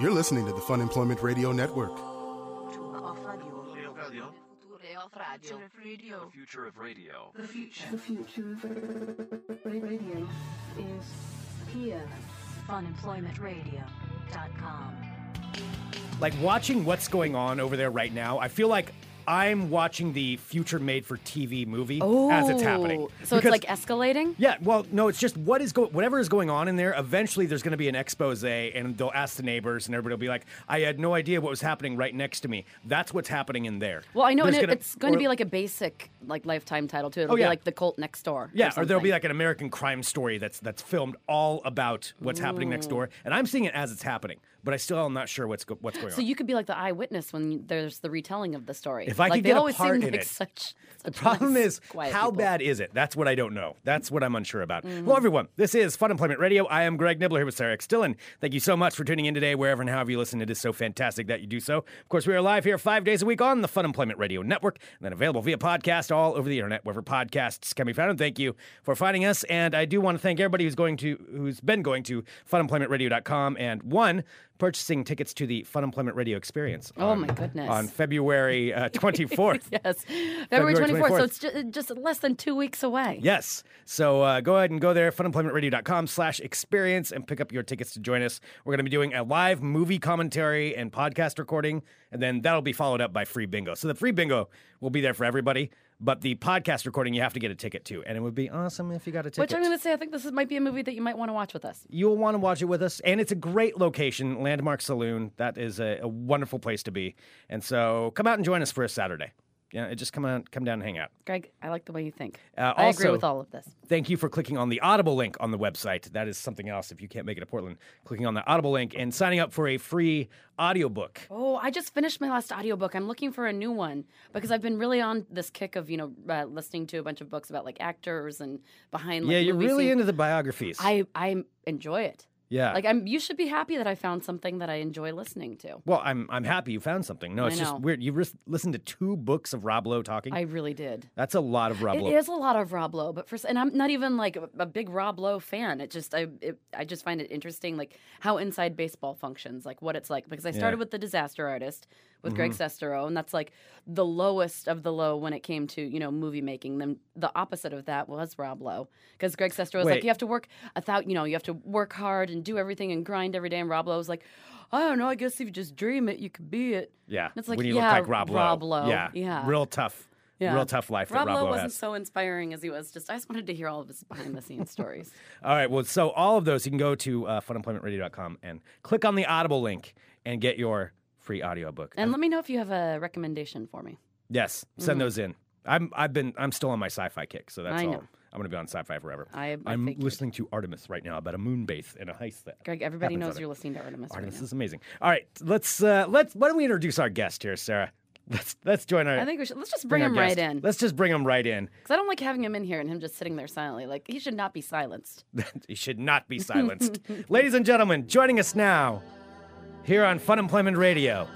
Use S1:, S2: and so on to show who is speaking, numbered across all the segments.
S1: You're listening to the Fun Employment Radio Network.
S2: Future of radio.
S3: Future of radio.
S2: Future of radio. The future.
S4: Future of radio.
S5: The future of ra- radio is here.
S3: Funemploymentradio.com.
S6: like watching what's going on over there right now, I feel like I'm watching the future made for TV movie as it's happening.
S7: Oh. So
S6: Because-
S7: it's like e- escalating?
S6: yeah, well, no, it's just what is go- whatever is going on in there. Eventually, there's going to be an expose, and they'll ask the neighbors, and everybody will be like, "I had no idea what was happening right next to me." That's what's happening in there.
S7: Well, I know and
S6: There's
S7: it,
S6: gonna-
S7: it's going to
S6: or- Oh,
S7: be like a basic like lifetime title too. It'll
S6: yeah.
S7: be like the cult next door.
S6: Yeah, or, there'll be
S7: something.
S6: like an American crime story that's that's filmed all about what's happening next door, and I'm seeing it as it's happening, but I still am not sure what's go- what's going
S7: So
S6: on.
S7: you could be like the eyewitness when there's the retelling of the story.
S6: If I
S7: like
S6: could
S7: they
S6: get a
S7: always
S6: part
S7: seem
S6: in
S7: like
S6: it.
S7: such.
S6: The
S7: such
S6: problem
S7: nice,
S6: is,
S7: quiet
S6: how
S7: people. Mm-hmm.
S6: bad is it? That's what I don't know. That's what I'm unsure about. Hello, everyone. This is Fun Employment Radio. I am Greg Nibbler here with Sarah X. Dillon. Thank you so much for tuning in today, wherever and however you listen. It is so fantastic that you do so. Of course, we are live here five days a week on the Fun Employment Radio Network, and then available via podcast all over the internet, wherever podcasts can be found. And thank you for finding us. And I do want to thank everybody who's going to, who's been going to funemploymentradio.com and one, purchasing tickets to the Fun Employment Radio Experience.
S7: Oh,
S6: on-
S7: my goodness.
S6: On February uh, 24th.
S7: Yes, February
S6: February
S7: 24th,
S6: 24th.
S7: So it's ju- just less than two weeks away.
S6: Yes. So uh, go ahead and go there, funemploymentradio.com slash experience, and pick up your tickets to join us. We're going to be doing a live movie commentary and podcast recording, and then that'll be followed up by free bingo. So the free bingo will be there for everybody, but the podcast recording, you have to get a ticket to. And it would be awesome if you got a ticket.
S7: Which I'm going to say, I think this is, might be a movie that you might want to watch with us.
S6: You'll want to watch it with us. And it's a great location, Landmark Saloon. That is a, a wonderful place to be. And so come out and join us for a Saturday. Yeah, just come on, come down and hang out.
S7: Greg, I like the way you think.
S6: Uh,
S7: I agree
S6: also-
S7: with all of this.
S6: Thank you for clicking on the Audible link on the website. That is something else if you can't make it to Portland. Clicking on the Audible link and signing up for a free audiobook.
S7: Oh, I just finished my last audiobook. I'm looking for a new one because I've been really on this kick of, you know, uh, listening to a bunch of books about like actors and behind like
S6: yeah, you're
S7: movie
S6: really
S7: scenes.
S6: into the biographies.
S7: I I enjoy it.
S6: yeah.
S7: Like I'm you should be happy that I found something that I enjoy listening to.
S6: well, I'm I'm happy you found something. No,
S7: I
S6: it's just
S7: know.
S6: weird. You ris- listened to two books of Rob Lowe talking.
S7: I really did.
S6: That's a lot of Rob Lowe.
S7: It is a lot of Rob Lowe, but for s- and I'm not even like a, a big Rob Lowe fan. It just I it, I just find it interesting like how inside baseball functions, like what it's like because I started
S6: Yeah. Mm-hmm.
S7: with the Disaster Artist with Greg Sestero, and that's like the lowest of the low when it came to you know movie making. Then the opposite of that was Rob Lowe because Greg Sestero was
S6: Wait.
S7: like you have to work a thou- you know you have to work hard and do everything and grind every day, and Rob Lowe was like. I don't know. I guess if you just dream it, you could be it.
S6: Yeah.
S7: It's like,
S6: when you
S7: yeah,
S6: look like Rob Lowe.
S7: Rob Lowe.
S6: Yeah.
S7: Yeah.
S6: Real tough.
S7: Yeah.
S6: Real tough life
S7: Rob
S6: that Rob
S7: Lowe
S6: Lowe
S7: wasn't
S6: has.
S7: so inspiring as he was. Just I just wanted to hear all of his behind the scenes stories.
S6: All right. Well, so all of those, you can go to uh, funemploymentradio.com and click on the Audible link and get your free audiobook.
S7: And let me know if you have a recommendation for me.
S6: Yes, send those in. I'm I've been I'm still on my sci-fi kick, so that's
S7: Mm. I
S6: all.
S7: know.
S6: I'm gonna be on sci-fi forever.
S7: I- I
S6: am
S7: figured.
S6: listening to Artemis right now about a moon base and a heist that.
S7: Greg, everybody
S6: happens
S7: knows
S6: on it.
S7: you're listening to Artemis. right
S6: Artemis
S7: now.
S6: is amazing. All right, let's uh, let's why don't we introduce our guest here, Sarah? Let's let's join our.
S7: I think we should let's just bring, him
S6: our
S7: right
S6: guest.
S7: in.
S6: Let's just bring him right in.
S7: Because I don't like having him in here and him just sitting there silently. Like he should not be silenced.
S6: he should not be silenced. Ladies and gentlemen, joining us now here on Fun Employment Radio,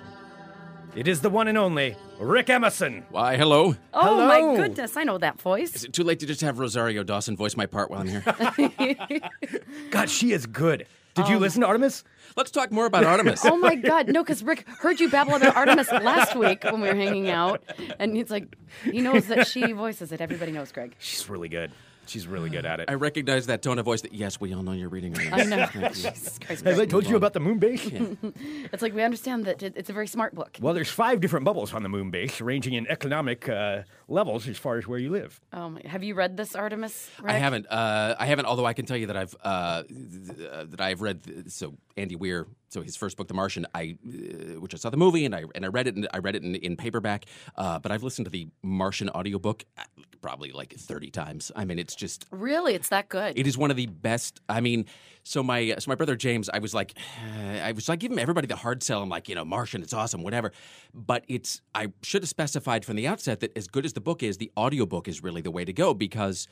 S6: it is the one and only Rick Emerson.
S8: Why, hello.
S7: Oh my
S6: Hello.
S7: goodness, I know that voice.
S8: Is it too late to just have Rosario Dawson voice my part while I'm here?
S6: God, she is good. Did
S7: Um,
S6: you listen to Artemis?
S8: Let's talk more about Artemis.
S7: Oh my god, no, because Rick heard you babble about Artemis last week when we were hanging out, and he's like, he knows that she voices it. Everybody knows Greg.
S6: She's really good. She's really good at it.
S8: I recognize that tone of voice that, yes, we all know you're reading Artemis.
S7: I know.
S8: Thank you.
S7: Jesus Christ,
S6: Have I
S7: Greg.
S6: told you about the moon base?
S7: It's like we understand that it- it's a very smart book.
S6: Well, there's five different bubbles on the moon base, ranging in economic uh, levels as far as where you live.
S7: Oh my, have you read this Artemis? Rick?
S8: I haven't. Uh, I haven't. Although I can tell you that I've uh, th- uh, that I've read. th- So Andy Weir. So his first book, The Martian, I, uh, which I saw the movie and I and I read it. And I read it in, in paperback. Uh, but I've listened to the Martian audiobook uh, probably like thirty times. I mean, it's just
S7: Really, it's that good.
S8: It is one of the best. I mean, so my so my brother James, I was like, I was like giving everybody the hard sell. I'm like, you know, Martian, it's awesome, whatever. But it's I should have specified from the outset that as good as the book is, the audiobook is really the way to go because.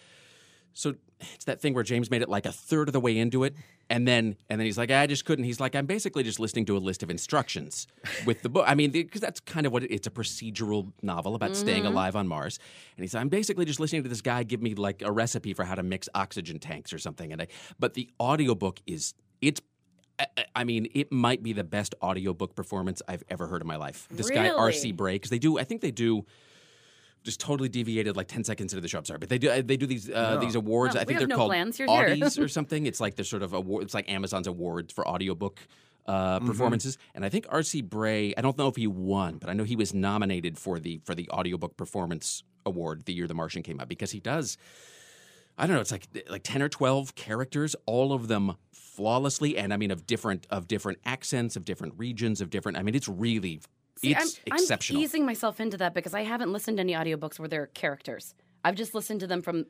S8: So it's that thing where James made it like a third of the way into it, and then and then he's like, I just couldn't. He's like, I'm basically just listening to a list of instructions with the book. I mean, because that's kind of what it, it's a procedural novel about staying alive on Mars. And he's, I'm basically just listening to this guy give me like a recipe for how to mix oxygen tanks or something. And I, but the audiobook is it's I- I- I mean, it might be the best audiobook performance I've ever heard in my life. This guy
S7: Really?
S8: RC Breaks, they do. I think they do. Just totally deviated like ten seconds into the show. I'm sorry, but they do they do these uh, these awards.
S7: No,
S8: I
S7: we
S8: think
S7: have
S8: they're
S7: no
S8: called
S7: plans. You're here.
S8: Audies or something. It's like they're sort of award. It's like Amazon's awards for audiobook uh,
S7: Mm-hmm.
S8: performances. And I think R.C. Bray. I don't know if he won, but I know he was nominated for the for the audiobook performance award the year The Martian came out because he does. I don't know. It's like like ten or twelve characters, all of them flawlessly, and I mean of different of different accents, of different regions, of different. I mean, it's really
S7: See,
S8: it's
S7: I'm,
S8: exceptional.
S7: I'm easing myself into that because I haven't listened to any audiobooks where there are characters. I've just listened to them from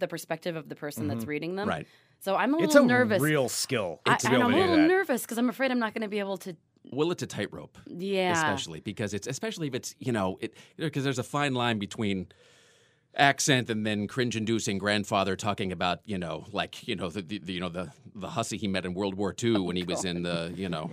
S7: the perspective of the person that's reading them.
S8: Right.
S7: So I'm a little
S6: Mm-hmm. It's a
S7: nervous.
S6: real skill
S7: I,
S6: to be
S7: and
S6: able
S7: I'm
S6: to
S7: a
S6: do
S7: little
S6: that.
S7: nervous because I'm afraid I'm not going to be able to.
S8: Well, it's a tightrope.
S7: Yeah.
S8: especially because it's especially if it's you know it because there's a fine line between accent and then cringe-inducing grandfather talking about you know like you know the, the you know the the hussy he met in World War II
S7: Oh,
S8: when he was in the you know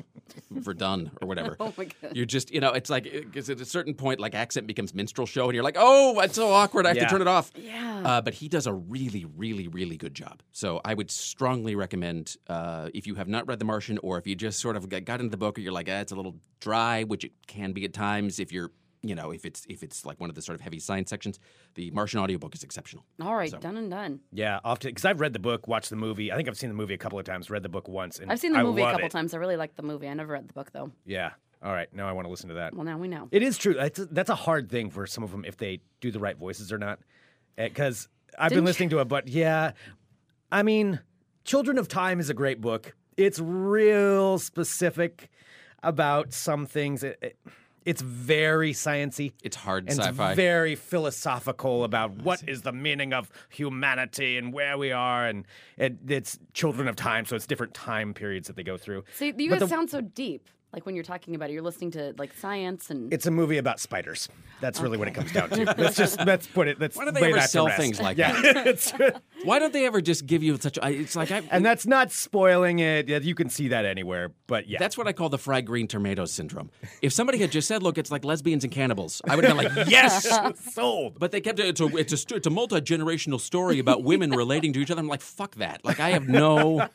S8: Verdun or whatever. Oh
S7: my God.
S8: You're just you know it's like because at a certain point like accent becomes minstrel show and you're like oh it's so awkward I have
S6: Yeah.
S8: to turn it off.
S7: Yeah.
S8: Uh, but he does a really really really good job. So I would strongly recommend uh, if you have not read The Martian or if you just sort of got got into the book or you're like ah, it's a little dry which it can be at times if you're you know if it's if it's like one of the sort of heavy science sections the Martian audiobook is exceptional.
S7: All right, done and done.
S6: Yeah, often because I've read the book, watched the movie. I think I've seen the movie a couple of times, read the book once. And
S7: I've seen the
S6: I
S7: movie a
S6: love
S7: couple
S6: it.
S7: times. I really liked the movie. I never read the book though.
S6: Yeah. All right. Now I want to listen to that.
S7: Well, now we know.
S6: It is true. That's a, that's a hard thing for some of them if they do the right voices or not. Because I've been
S7: Didn't you-
S6: listening to it, but yeah, I mean, Children of Time is a great book. It's real specific about some things. It, it- it's very sciencey.
S8: It's hard
S6: and
S8: sci-fi.
S6: It's very philosophical about what is the meaning of humanity and where we are, and it, it's Children of Time, so it's different time periods that they go through.
S7: So you
S6: But
S7: guys
S6: the-
S7: sound so deep. Like when you're talking about it, you're listening to like science and
S6: It's a movie about spiders. That's really what it comes down to. Let's just let's put it. Let's
S8: Why don't they
S6: lay
S8: ever
S6: that to
S8: sell
S6: rest.
S8: things like
S6: yeah. It's-
S8: Why don't they ever just give you such? I- It's like I,
S6: and that's not spoiling it. Yeah, You can see that anywhere. But yeah,
S8: That's what I call the fried green tomatoes syndrome. If somebody had just said, "Look, it's like lesbians and cannibals," I would have been like, "Yes."
S6: sold.
S8: But they kept it. It's a it's a, sto- it's a multi generational story about women relating to each other. I'm like, "Fuck that!" Like I have no.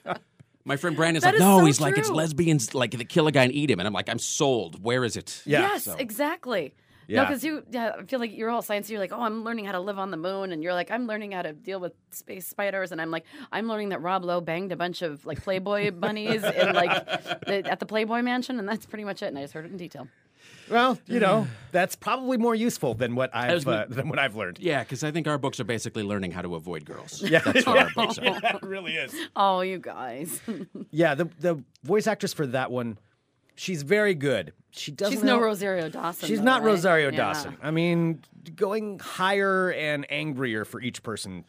S8: My friend Brandon's
S7: That
S8: like,
S7: is
S8: "No,"
S7: so
S8: he's like, "It's
S7: true.
S8: lesbians like they kill a guy and eat him," and I'm like, "I'm sold. Where is it?"
S6: Yeah.
S7: yes,
S8: so-
S7: exactly. No,
S6: Yeah.
S7: because you, yeah, I feel like you're all science. You're like, oh, I'm learning how to live on the moon, and you're like, I'm learning how to deal with space spiders, and I'm like, I'm learning that Rob Lowe banged a bunch of like Playboy bunnies in like the, at the Playboy Mansion, and that's pretty much it. And I just heard it in detail.
S6: Well, you know, that's probably more useful than what I've
S8: was gonna-
S6: uh, than what I've learned.
S8: Yeah, because I think our books are basically learning how to avoid girls. Yeah, that's what our books are.
S6: it really is.
S7: Oh, you guys,
S6: Yeah, the the voice actress for that one, she's very good. She doesn't.
S7: she's no
S6: have-
S7: Rosario Dawson.
S6: She's
S7: though,
S6: not
S7: right?
S6: Rosario
S7: Yeah.
S6: Dawson. I mean, going higher and angrier for each person is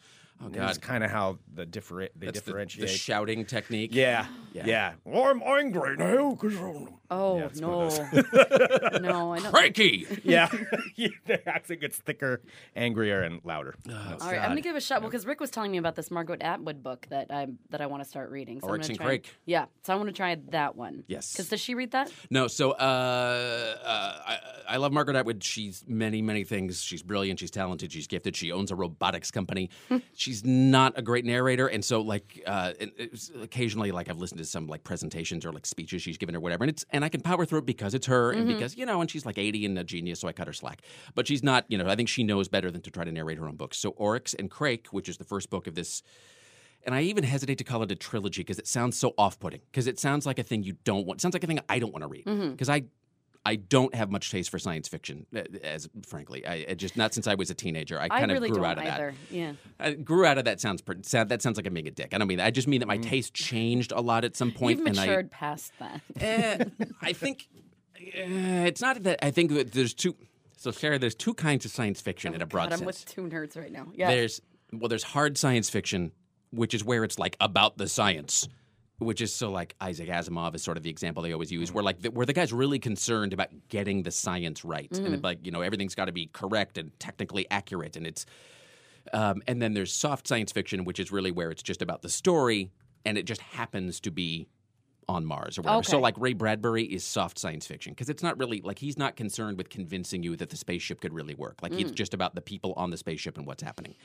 S8: Oh, God.
S6: kind of how the differ- they
S8: That's the,
S6: differentiate.
S8: the shouting technique.
S6: yeah, yeah. Well, I'm angry now. 'cause I'm-
S7: Oh
S6: Yeah, it's one
S7: no,
S6: of
S7: no, I don't.
S8: Crikey!
S6: Yeah. yeah, their accent gets thicker, angrier, and louder.
S8: Oh,
S7: All right, I'm gonna give it a shot. Well, because Rick was telling me about this Margaret Atwood book that I that I want to start reading. So I'm
S8: Oryx
S7: gonna
S8: and
S7: try
S8: Crake.
S7: Yeah, so I want to try that one.
S8: Yes.
S7: Because does she read that?
S8: No, so uh, uh, I, I love Margaret Atwood. She's many, many things. She's brilliant. She's talented. She's gifted. She owns a robotics company. she's not a great narrator, and so like uh, and it's- occasionally, like I've listened to some like presentations or like speeches she's given or whatever, and it's and I can power through it because it's her and because you know, and she's like eighty and a genius, so I cut her slack. But she's not, you know, I think she knows better than to try to narrate her own books. So Oryx and Crake, which is the first book of this and I even hesitate to call it a trilogy because it sounds so off-putting. Because it sounds like a thing you don't want. Sounds like a thing I don't want to read.
S7: Mm-hmm.
S8: Because I, I don't have much taste for science fiction. uh, As frankly, I, I just not since I was a teenager. I kind
S7: I really
S8: of grew
S7: don't
S8: out of
S7: either.
S8: that.
S7: Yeah.
S8: I grew out of that. Sounds pretty, sound, that sounds like I'm being a dick. I don't mean. that. I just mean that my taste changed a lot at some point,
S7: Mm. You've
S8: and I
S7: matured past that.
S8: Eh, I think eh, it's not that. I think that there's two. So Sarah, there's two kinds of science fiction in a broad
S7: Oh God, I'm
S8: sense.
S7: with two nerds right now. Yeah.
S8: There's well, there's hard science fiction, which is where it's like about the science, which is so like Isaac Asimov is sort of the example they always use, where like the, where the guy's really concerned about getting the science right, and it, like you know everything's got to be correct and technically accurate, and it's um, and then there's soft science fiction, which is really where it's just about the story, and it just happens to be on Mars or whatever. So
S7: Okay.
S8: like Ray Bradbury is soft science fiction because it's not really like he's not concerned with convincing you that the spaceship could really work. Like it's just about the people on the spaceship and what's happening.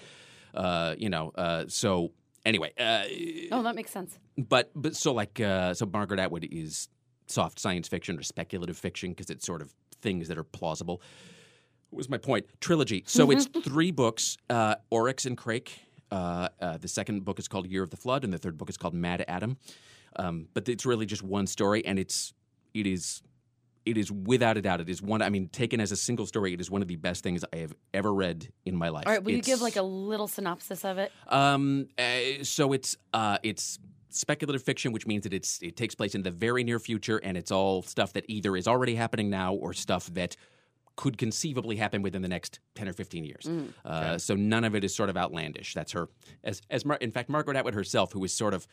S8: Uh, you know, uh, so. Anyway, uh,
S7: Oh, that makes sense.
S8: but but so like uh, so Margaret Atwood is soft science fiction or speculative fiction because it's sort of things that are plausible. What was my point? Trilogy. So it's
S7: Mm-hmm.
S8: three books: uh, Oryx and Crake. Uh, uh, the second book is called Year of the Flood, and the third book is called Mad Adam. Um, but it's really just one story, and it's it is it is without a doubt it is one. I mean, taken as a single story, it is one of the best things I have ever read in my life.
S7: All right, will you give
S8: It's-
S7: like a little synopsis of it?
S8: um, uh, so it's uh, it's speculative fiction, which means that it's it takes place in the very near future, and it's all stuff that either is already happening now or stuff that could conceivably happen within the next ten or fifteen years. Uh, so none of it is sort of outlandish. That's her, as as Mar- in fact Margaret Atwood herself, who is sort of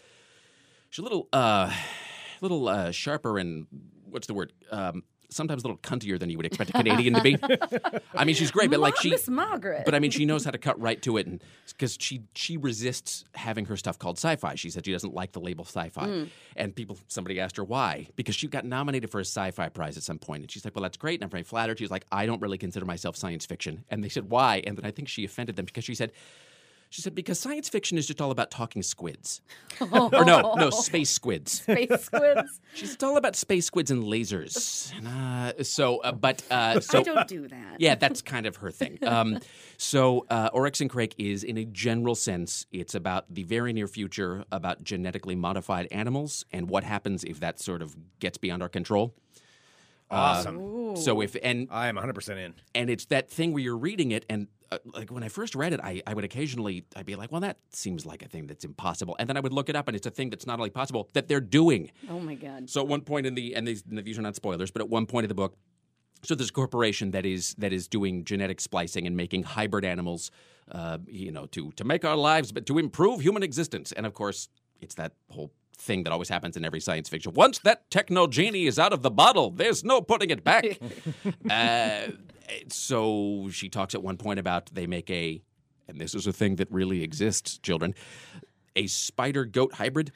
S8: she's a little uh, little uh, sharper and what's the word? Um, sometimes a little cuntier than you would expect a Canadian to be. I mean, she's great, but like she
S7: Miss Margaret.
S8: but I mean, she knows how to cut right to it, and because she she resists having her stuff called sci-fi. She said she doesn't like the label sci-fi, and people somebody asked her why because she got nominated for a sci-fi prize at some point, and she's like, "Well, that's great," and I'm very flattered. She's like, "I don't really consider myself science fiction," and they said why, and then I think she offended them because she said. She said, because science fiction is just all about talking squids. or no, no, space squids.
S7: Space squids.
S8: She's it's all about space squids and lasers. And, uh, so, uh, but uh, so
S7: I don't do that.
S8: yeah, that's kind of her thing. Um, so, uh, Oryx and Crake is, in a general sense, it's about the very near future, about genetically modified animals and what happens if that sort of gets beyond our control. uh,
S6: Awesome.
S8: So, if and
S6: I am 100% in.
S8: and it's that thing where you're reading it and uh, like when i first read it I, I would occasionally i'd be like well that seems like a thing that's impossible and then i would look it up and it's a thing that's not only possible that they're doing
S7: Oh my god.
S8: so at one point in the and these and these are not spoilers, but at one point in the book, so there's a corporation that is that is doing genetic splicing and making hybrid animals, uh, you know, to to make our lives, but to improve human existence. And of course, it's that whole thing that always happens in every science fiction. Once that techno genie is out of the bottle, there's no putting it back. uh, so she talks at one point about they make a, and this is a thing that really exists, children, a spider goat hybrid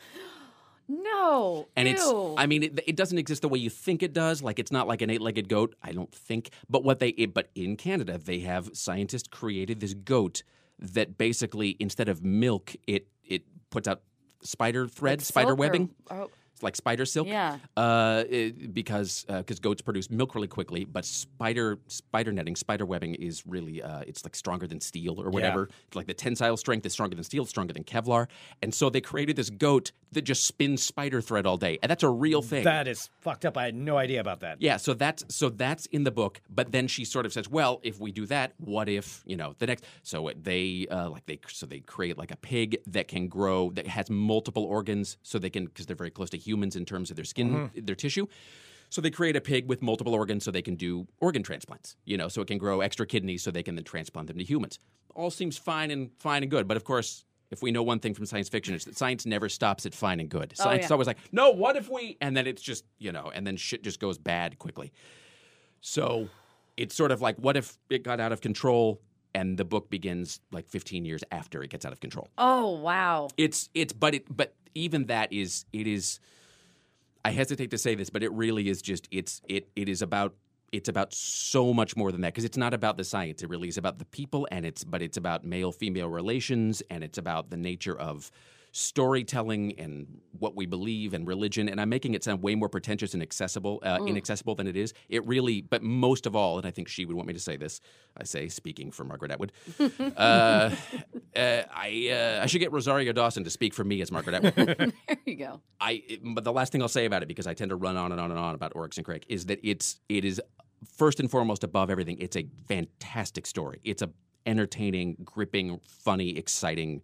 S7: No.
S8: and it's
S7: Ew.
S8: i mean it, it doesn't exist the way you think it does like it's not like an eight-legged goat i don't think but what they it, but in canada they have scientists created this goat that basically instead of milk it it puts out spider thread spider
S7: Silk or-
S8: webbing
S7: oh,
S8: it's like spider silk
S7: Yeah.
S8: uh, it- because because goats produce milk really quickly but spider spider netting spider webbing is really uh, it's like stronger than steel or whatever It's like the tensile strength is stronger than steel stronger than kevlar and so they created this goat that just spins spider thread all day and that's a real thing
S6: That is fucked up. I had no idea about that.
S8: yeah, so that's so that's in the book, but then she sort of says, "Well, if we do that, what if you know the next?" So they uh, like they so they create like a pig that can grow that has multiple organs, so they can because they're very close to humans in terms of their skin, their tissue. So they create a pig with multiple organs, so they can do organ transplants. You know, so it can grow extra kidneys, so they can then transplant them to humans. All seems fine and fine and good, but of course. If we know one thing from science fiction, it's that science never stops at fine and good. Science is
S7: yeah.
S8: always like, no, what if we? And then it's just, you know, and then shit just goes bad quickly. So it's sort of like, what if it got out of control and the book begins like 15 years after it gets out of control?
S7: oh wow.
S8: It's, it's, but it, but even that is, it is, I hesitate to say this, but it really is just, it's, it, it is about, it's about so much more than that because it's not about the science. It really is about the people and it's, but it's about male female relations and it's about the nature of, storytelling and what we believe and religion. And I'm making it sound way more pretentious and accessible, uh, inaccessible than it is. It really, but most of all, and I think she would want me to say this. I say, speaking for Margaret Atwood, uh, uh, I uh, I should get Rosario Dawson to speak for me as Margaret Atwood.
S7: There you go.
S8: I it- but the last thing I'll say about it because I tend to run on and on and on about Oryx and Crake is that it's it is first and foremost above everything it's a fantastic story. It's a entertaining, gripping, funny, exciting,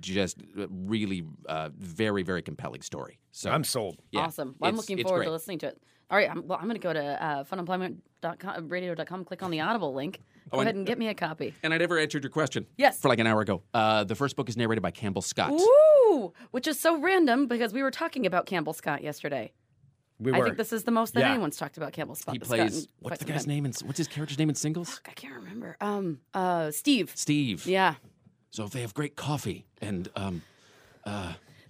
S8: just really uh, very very compelling story. So
S6: I'm sold.
S8: yeah,
S7: Awesome. Well, I'm
S8: it's-
S7: looking
S8: it's
S7: forward
S8: great.
S7: to listening to it. All right. I'm, well, I'm going to go to uh, funemployment.com, radio.com, click on the Audible link.
S8: Oh,
S7: Go ahead and get me a copy.
S8: And I never answered your question.
S7: Yes.
S8: for like an hour ago. Uh, the first book is narrated by Campbell Scott.
S7: Woo! Which is so random because we were talking about Campbell Scott yesterday.
S6: We were.
S7: I think this is the most that
S6: Yeah.
S7: anyone's talked about Campbell Scott.
S8: He
S7: Scott
S8: plays
S7: in
S8: what's
S7: quite
S8: the
S7: some
S8: guy's
S7: time.
S8: name? In, what's his character's name in singles?
S7: I can't remember. Um, uh, Steve.
S8: Steve.
S7: Yeah.
S8: So they have great coffee and. Um,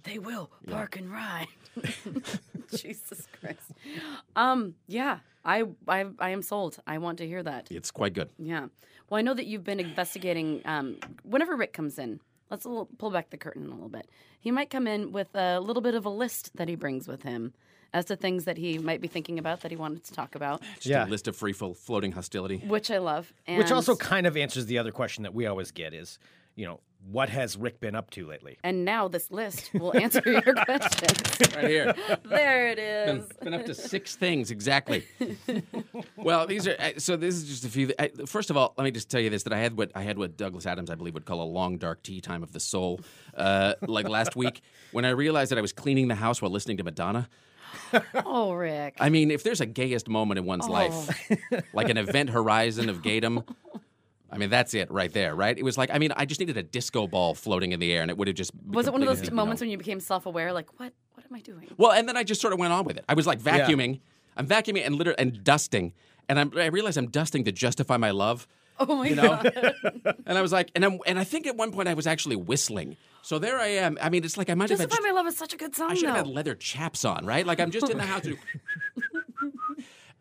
S7: They will park and ride. Jesus Christ. Um, yeah, I, I I am sold. I want to hear that.
S8: it's quite good.
S7: Yeah. Well, I know that you've been investigating. Um, whenever Rick comes in, Let's a little, pull back the curtain a little bit. He might come in with a little bit of a list that he brings with him as to things that he might be thinking about that he wanted to talk about,
S8: Just
S6: Yeah.
S8: a list of free fo- floating hostility.
S7: which I love. And
S6: Which also kind of answers the other question that we always get is, you know, what has Rick been up to lately?
S7: and now this list will answer your questions.
S8: Right here.
S7: there it is.
S8: been up to six things exactly. well, these are I- so. This is just a few. I, first of all, let me just tell you this: that I had what I had what Douglas Adams, I believe, would call a long dark tea time of the soul. Uh, like last week, when I realized that I was cleaning the house while listening to Madonna.
S7: Oh, Rick.
S8: I mean, if there's a gayest moment in one's life,
S7: Oh.
S8: like an event horizon of gaydom. I mean, that's it right there, right? It was like, I mean, I just needed a disco ball floating in the air, and it would have just.
S7: was it one of those
S8: completely, you know.
S7: moments when you became self-aware? Like, what? What am I doing?
S8: Well, and then I just sort of went on with it. I was like vacuuming. I'm vacuuming and literally and dusting. And I'm, I realized I'm dusting to justify my love.
S7: Oh my
S8: You know? and I was like, and I'm, and I think at one point I was actually whistling. So there I am. I mean, it's like I might have
S7: Justify
S8: had,
S7: My Love is such a good song,
S8: I should
S7: though.
S8: have had leather chaps on, right? Like I'm just in the house. doing-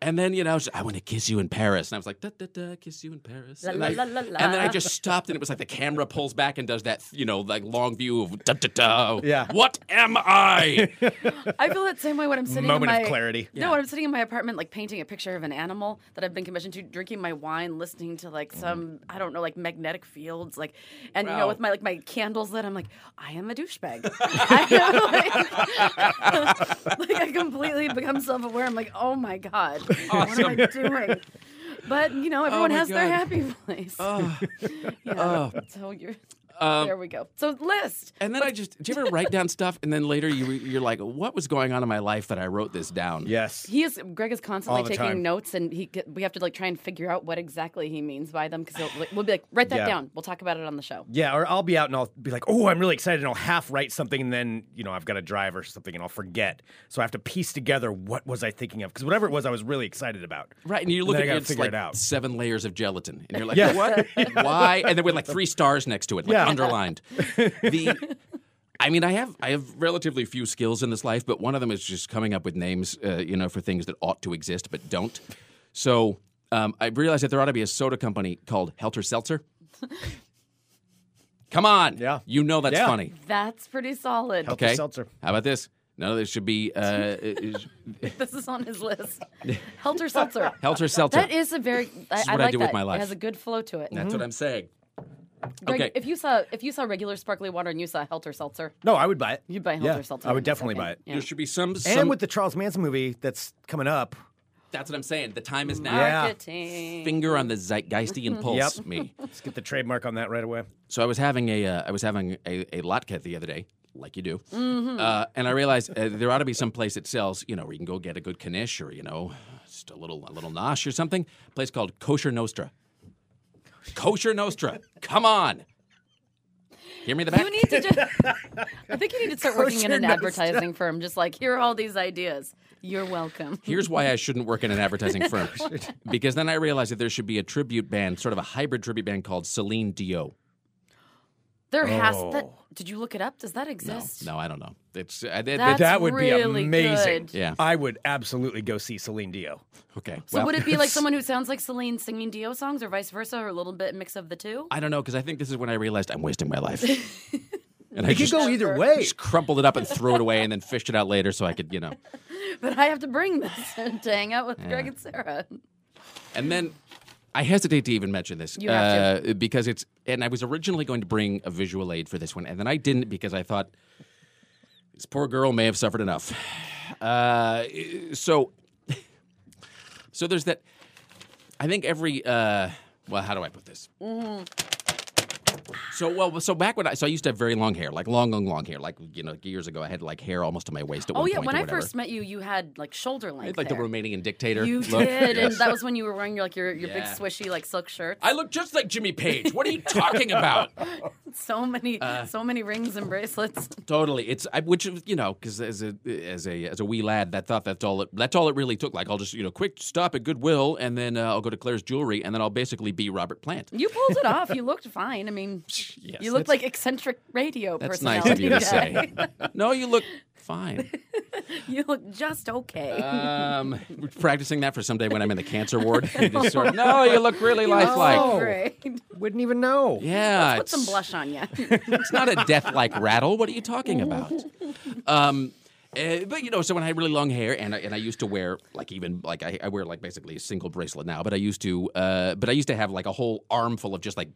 S8: And then you know, I want to kiss you in Paris, and I was like, da da da, kiss you in Paris.
S7: La,
S8: and,
S7: la,
S8: I-
S7: la, la, la.
S8: and then I just stopped, and it was like the camera pulls back and does that, you know, like long view of da da da.
S6: Yeah.
S8: What am I?
S7: I feel that same way when I'm sitting
S6: Moment
S7: in
S6: of
S7: my
S6: clarity.
S7: No, when I'm sitting in my apartment, like painting a picture of an animal that I've been commissioned to, drinking my wine, listening to like some I don't know, like magnetic fields, like and you know
S8: Wow.
S7: with my like my candles lit, I'm like I am a douchebag. I am, like, like I completely become self aware. I'm like, oh my god, what am I doing? But you know, everyone
S8: my
S7: has their
S8: God.
S7: happy place. yeah. So you're. there we go. So list.
S8: And then I just, do you ever write down stuff and then later you, you're like, what was going on in my life that I wrote this down?
S6: Yes.
S7: He is. Greg is constantly
S6: All the
S7: taking
S6: time.
S7: notes, and he get- we have to like try and figure out what exactly he means by them because we'll be like, write that
S6: Yeah.
S7: down. We'll talk about it on the show.
S6: Yeah, or I'll be out and I'll be like, oh, I'm really excited, and I'll half write something, and then you know I've got to drive or something, and I'll forget. So I have to piece together what was I thinking of because whatever it was, I was really excited about.
S8: Right. And you
S6: And
S8: look
S6: then I
S8: at it,
S6: gotta
S8: it's
S6: figure
S8: like
S6: it out.
S8: seven layers of gelatin. And you're like,
S6: Yeah.
S8: what? Why? And then with like three stars next to it, like
S6: Yeah.
S8: underlined. The, I mean, I have I have relatively few skills in this life, but one of them is just coming up with names, uh, you know, for things that ought to exist but don't. So um, I realized that there ought to be a soda company called Helter Seltzer. Come on.
S6: Yeah.
S8: You know that's
S6: Yeah.
S8: funny.
S7: That's pretty solid.
S6: Help
S8: Okay.
S6: seltzer.
S8: How about this? No, this should be uh, is-
S7: This is on his list. Helter Seltzer.
S8: Helter Seltzer.
S7: That is a very. I,
S8: is
S7: I
S8: what I
S7: like
S8: do
S7: that.
S8: with my life.
S7: It has a good flow to it.
S8: That's what I'm saying.
S7: Greg,
S8: okay.
S7: if you saw if you saw regular sparkly water and you saw Helter Seltzer,
S6: No, I would buy it.
S7: you'd buy Helter
S6: Yeah,
S7: Seltzer.
S6: I would
S7: in a
S6: definitely
S7: second.
S6: buy it.
S7: Yeah.
S8: There should be some. some
S6: And with the Charles Manson movie that's coming up,
S8: that's what I'm saying. The time is now.
S6: Yeah.
S7: Marketing.
S8: Finger on the zeitgeisty impulse.
S6: Yep.
S8: Me.
S6: let's get the trademark on that right away.
S8: So I was having a uh, I was having a, a latke the other day, like you do,
S7: Mm-hmm.
S8: uh, and I realized uh, there ought to be some place that sells you know where you can go get a good knish or you know just a little a little nosh or something. A place called Kosher Nostra. Kosher Nostra. Come on. Hear me in the back.
S7: You need to just. I think you need to start working in
S6: Kosher
S7: an
S6: Nostra.
S7: advertising firm. Just like here are all these ideas. You're welcome.
S8: Here's why I shouldn't work in an advertising firm. because then I realized that there should be a tribute band, sort of a hybrid tribute band called Celine Dio.
S7: There has that.
S6: Oh.
S7: Did you look it up? Does that exist?
S8: No, I don't know. It's uh, that-
S7: That's
S8: that-
S6: that would
S7: really
S6: be amazing.
S7: good.
S8: Yeah.
S6: I would absolutely go see Celine Dio.
S8: okay.
S7: So
S8: well,
S7: would it be like someone who sounds like Celine singing Dio songs, or vice versa, or a little bit mix of the two?
S8: I don't know because I think this is when I realized I'm wasting my life. and I
S6: It could
S8: just,
S6: go either way.
S8: just crumpled it up and threw it away, and then fished it out later so I could, you know.
S7: But I have to bring this to hang out with Greg and Sarah.
S8: And then I hesitate to even mention this
S7: You have
S8: uh, because it's. And I was originally going to bring a visual aid for this one, and then I didn't because I thought this poor girl may have suffered enough. Uh, so, so there's that. I think every. Uh, well, how do I put this?
S7: Mm-hmm.
S8: So well, so back when I so I used to have very long hair, like long, long, long hair, like you know, years ago I had like hair almost to my waist at
S7: Oh
S8: one
S7: yeah,
S8: point
S7: when
S8: or
S7: I
S8: whatever.
S7: first met you, you had like shoulder
S8: I
S7: length.
S8: had like the
S7: hair.
S8: Romanian dictator.
S7: You
S8: look.
S7: did, and
S8: Yes.
S7: that was when you were wearing your like your, your big
S8: Yeah.
S7: swishy like silk shirts.
S8: I look just like Jimmy Page. What are you talking about?
S7: so many, so many rings and bracelets.
S8: Totally, it's I, which you know because as a as a as a wee lad, that thought that's all it that's all it really took. Like I'll just you know quick stop at Goodwill, and then uh, I'll go to Claire's Jewelry, and then I'll basically be Robert Plant.
S7: You pulled it off. You looked fine. I mean,
S8: Yes,
S7: you looked
S8: that's-
S7: like eccentric radio
S8: That's nice
S7: personality.
S8: of you to
S7: guy.
S8: say. no, you look fine.
S7: you look just okay.
S8: Um, we're practicing that for someday when I'm in the cancer ward. And just sort of, no, you look really lifelike.
S6: Oh.
S7: Great.
S6: Wouldn't even know.
S8: Yeah,
S7: Put some
S8: it's-
S7: blush on you.
S8: it's not a death-like rattle. What are you talking about? Um, eh, but you know, so when I had really long hair, and I, and I used to wear like even like I, I wear like basically a single bracelet now, but I used to, uh, but I used to have like a whole armful of just like,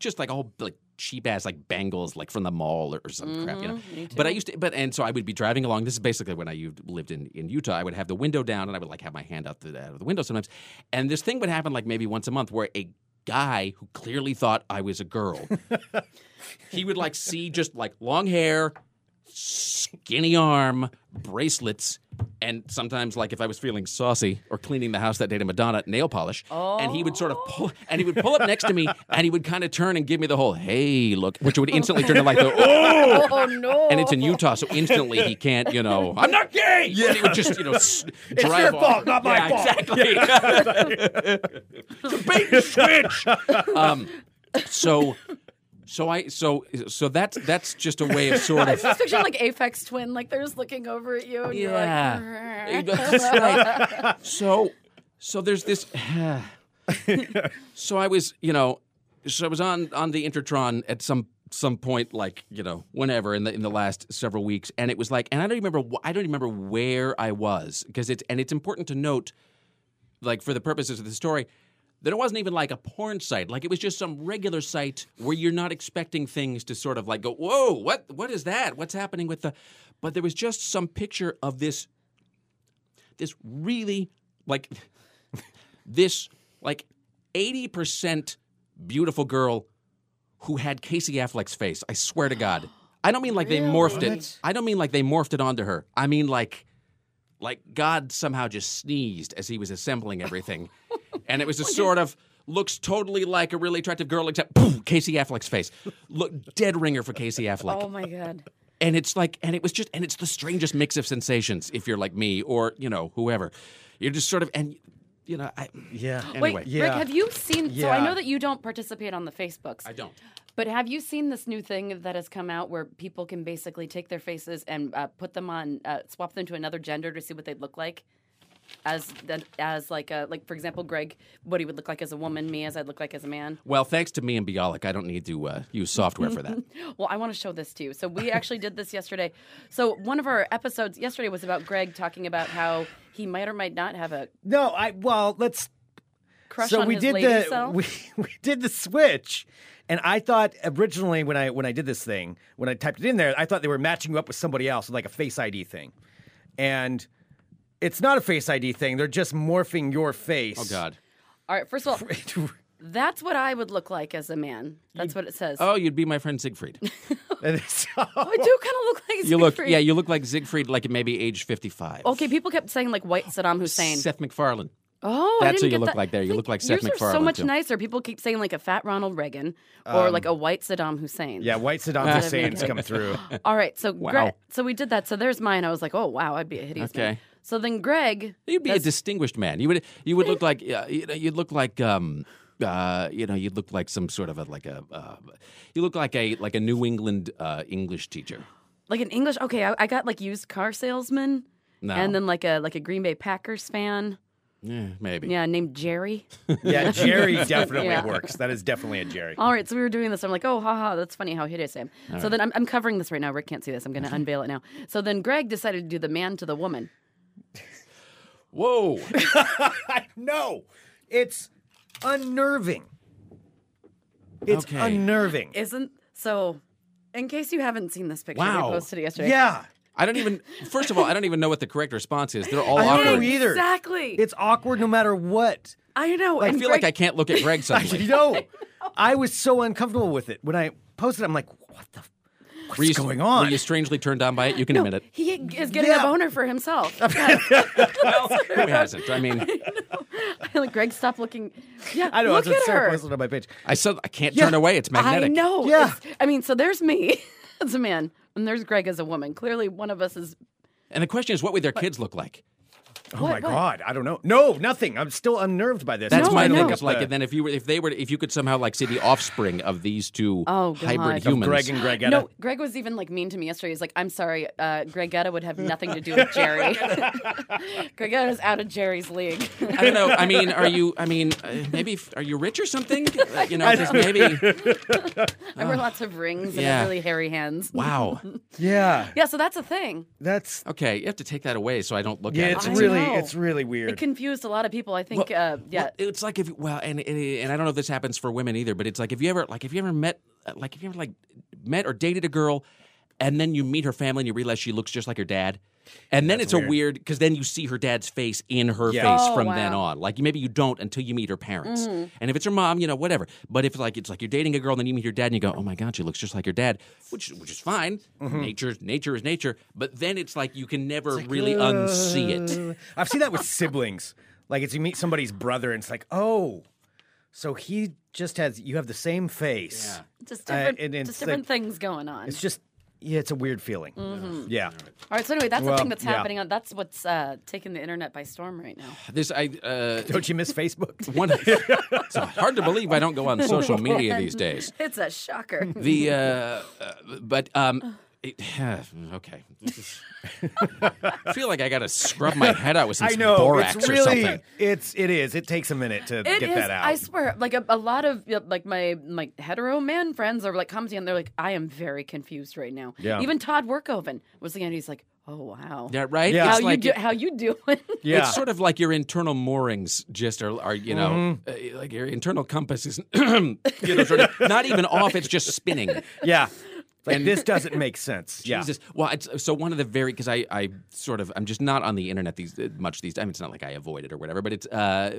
S8: just like a whole like cheap ass like bangles like from the mall or, or some crap, you know. But I used to, but and so I would be driving along. This is basically when I u- lived in in Utah. I would have the window down, and I would like have my hand out the out of the window sometimes, and this thing would happen like maybe once a month where a guy who clearly thought I was a girl he would like see just like long hair, skinny arm, bracelets, and sometimes like if I was feeling saucy or cleaning the house that day to Madonna, nail polish. And he would sort of pull and he would pull up next to me and he would kind of turn and give me the whole hey look, which would instantly turn to like the oh
S7: oh no.
S8: and it's in Utah, so instantly he can't, you know, I'm not gay. Yeah. he would just, you know, s- it's
S6: your fault, not my fault.
S8: Exactly. it's a bait and switch. um, so, so I, so, so that's that's just a way of sort of.
S7: Just picture like Aphex Twin, like they're just looking over at you, and
S8: Yeah.
S7: you're like,
S8: It's like, so, so there's this. so I was, you know, so I was on on the Intertron at some some point, like you know, whenever in the in the last several weeks, and it was like, and I don't remember, wh- I don't remember where I was because it's and it's important to note, like for the purposes of the story. That it wasn't even like a porn site, like it was just some regular site where you're not expecting things to sort of like go, whoa, what, what is that? What's happening with the? But there was just some picture of this this really like this like 80% beautiful girl who had Casey Affleck's face. I swear to God. I don't mean like they morphed it. I don't mean like they morphed it onto her. I mean like like God somehow just sneezed as he was assembling everything. and it was a sort of looks totally like a really attractive girl except poof, Casey Affleck's face. Look dead ringer for Casey Affleck
S7: oh my god.
S8: and it's like and it was just and it's the strangest mix of sensations if you're like me or you know whoever you're just sort of and you know I,
S6: Yeah.
S8: anyway
S7: Wait, Rick,
S6: Yeah.
S7: have you seen? So I
S6: Yeah.
S7: know that you don't participate on the Facebooks.
S8: i don't
S7: But have you seen this new thing that has come out where people can basically take their faces and uh, put them on, uh, swap them to another gender to see what they'd look like? As the, as like a like for example, Greg, what he would look like as a woman, me as I'd look like as a man.
S8: well thanks to me and bialik i don't need to uh, use software for that
S7: Well, I want to show this to you. So we actually did this yesterday. So one of our episodes yesterday was about Greg talking about how he might or might not have a
S6: No, I well, let's
S7: crush
S6: so
S7: on
S6: we
S7: his
S6: did
S7: lady
S6: the
S7: self.
S6: we we did the switch, and I thought originally when I when I did this thing when I typed it in there, I thought they were matching you up with somebody else with like a face ID thing, and it's not a face ID thing. They're just morphing your face.
S8: oh god
S7: All right, first of all, that's what I would look like as a man. That's what it says.
S8: oh you'd be my friend siegfried
S6: And it's-
S7: I do kind of look like
S8: you look
S7: Siegfried.
S8: yeah you look like siegfried like maybe age 55
S7: Okay, people kept saying like white Saddam Hussein.
S8: seth mcfarlane
S7: oh, I didn't
S8: That's who you
S7: get
S8: look
S7: that.
S8: like there. You
S7: Like,
S8: look like Seth
S7: yours are so
S8: MacFarlane,
S7: much
S8: too. Um,
S7: nicer. People keep saying like a fat Ronald Reagan or like a white Saddam Hussein.
S6: yeah, white Saddam Hussein's
S7: okay.
S6: come through.
S7: All right, so Gre-
S8: Wow.
S7: so we did that. So there's mine. I was like, oh wow, I'd be a hideous. man.
S8: Okay.
S7: So then Greg,
S8: you'd be a distinguished man you would you would look like uh, you know, you'd look like um uh, you know, you'd look like some sort of a like a uh, you look like a like a New England uh, English teacher.
S7: like an English. Okay, I, I got like used car salesman,
S8: No.
S7: and then like a like a Green Bay Packers fan.
S8: Yeah, maybe.
S7: Yeah, named Jerry.
S6: Yeah, Jerry definitely
S7: Yeah.
S6: works. That is definitely a Jerry.
S7: All right, so we were doing this. I'm like, oh, haha, that's funny how hideous I am. so then I'm, I'm covering this right now. Rick can't see this. I'm going to unveil it now. So then Greg decided to do the man to the woman.
S8: Whoa.
S6: No, it's unnerving. It's
S8: Okay.
S6: unnerving.
S7: Isn't so? In case you haven't seen this picture,
S8: Wow.
S7: I posted it yesterday.
S6: yeah,
S8: I don't even first of all, I don't even know what the correct response is. They're all
S6: I don't know
S8: awkward.
S6: either.
S7: Exactly.
S6: it's awkward no matter what.
S7: I know.
S8: I feel like I can't look at Greg
S6: You
S8: suddenly.
S6: know, I was so uncomfortable with it when I posted. it, I'm like, what the? What's
S8: Were you-
S6: going on?
S8: Were you strangely turned on by it? You can admit it.
S7: He is getting
S6: Yeah.
S7: a boner for himself.
S8: Who hasn't? I mean,
S7: like Greg, stop looking. Yeah,
S6: I know.
S7: look
S6: that's what
S7: at
S6: Sarah
S7: her.
S6: posted on my page.
S8: I said I can't
S6: Yeah,
S8: turn away. It's magnetic.
S7: I know.
S6: Yeah.
S7: It's- I mean, so there's me as a man, and there's Greg as a woman. Clearly, one of us is
S8: And the question is, what would their kids look like?
S6: Oh
S7: What-
S6: my
S7: what?
S6: god, I don't know. No, nothing. I'm still unnerved by this.
S8: That's
S7: No,
S8: my
S7: I
S8: thing.
S7: know.
S8: It's like, and then if you were, if they were, if you could somehow like see the offspring of these two
S7: Oh,
S8: hybrid
S7: God. Of
S8: humans,
S6: Greg and Gregetta.
S7: No, Greg was even like mean to me yesterday. He's like, "I'm sorry, uh, Gregetta would have nothing to do with Jerry. Gregetta's out of Jerry's league."
S8: I don't know. I mean, are you? I mean, uh, maybe if- are you rich or something? Uh, you know, 'cause maybe.
S7: I wear lots of rings
S8: Yeah.
S7: and really hairy hands.
S8: Wow.
S6: yeah,
S7: Yeah, so that's a thing.
S6: that's
S8: Okay, you have to take that away so I don't look
S6: yeah.
S8: at
S6: It's
S8: it.
S7: I
S6: really
S7: know.
S6: it's really
S7: It
S6: weird.
S7: confused a lot of people. I think.
S8: Well,
S7: uh, yeah.
S8: well, it's like if well, and, and and I don't know if this happens for women either, but it's like if you ever like if you ever met like if you ever like met or dated a girl, and then you meet her family and you realize she looks just like her dad, and then it's a weird because then you see her dad's face in her
S6: Yeah.
S8: face
S7: Oh,
S8: from then
S7: wow.
S8: on. Like maybe you don't until you meet her parents, and if it's her mom, you know whatever. But if like it's like you're dating a girl and then you meet your dad and you go, oh my god, she looks just like your dad, which which is fine. Nature nature is nature, but then it's like you can never really unsee it.
S6: I've seen that with siblings. Like it's you meet somebody's brother and it's like, oh, so he just has you have the same face.
S7: just
S6: Uh,
S7: different,
S6: and it's
S7: just different
S6: like-
S7: things going on.
S6: It's just yeah, it's a weird feeling. Yeah.
S7: All right, so anyway, that's
S6: Well,
S7: the thing that's
S6: yeah.
S7: happening. On, that's what's uh, taking the internet by storm right now.
S8: This I uh,
S6: Don't you miss Facebook?
S8: One, it's hard to believe I don't go on social media these days.
S7: It's a shocker.
S8: The uh, uh, but um, it, okay. I feel like I got to scrub my head out with some
S6: I know
S8: borax
S6: it's
S8: or
S6: really
S8: something.
S6: it's it is. It takes a minute to
S7: It
S6: get
S7: is-
S6: that out.
S7: I swear, like a, a lot of uh, like my my hetero man friends are like commenting, and they're like, "I am very confused right now."
S6: Yeah.
S7: Even Todd Workoven was looking at. it, He's like, "Oh wow,
S8: Yeah, right.
S6: Yeah.
S7: how
S8: It's
S7: you
S8: like
S7: do? How you doing?"
S6: yeah.
S8: It's sort of like your internal moorings just are, are you know,
S6: Mm-hmm.
S8: uh, like your internal compass is you know, sort of not even off. It's just spinning.
S6: yeah. Like this doesn't make sense.
S8: Jesus. Well, it's, so one of the very because I, I sort of I'm just not on the internet these much these. I mean, it's not like I avoid it or whatever, but it's uh,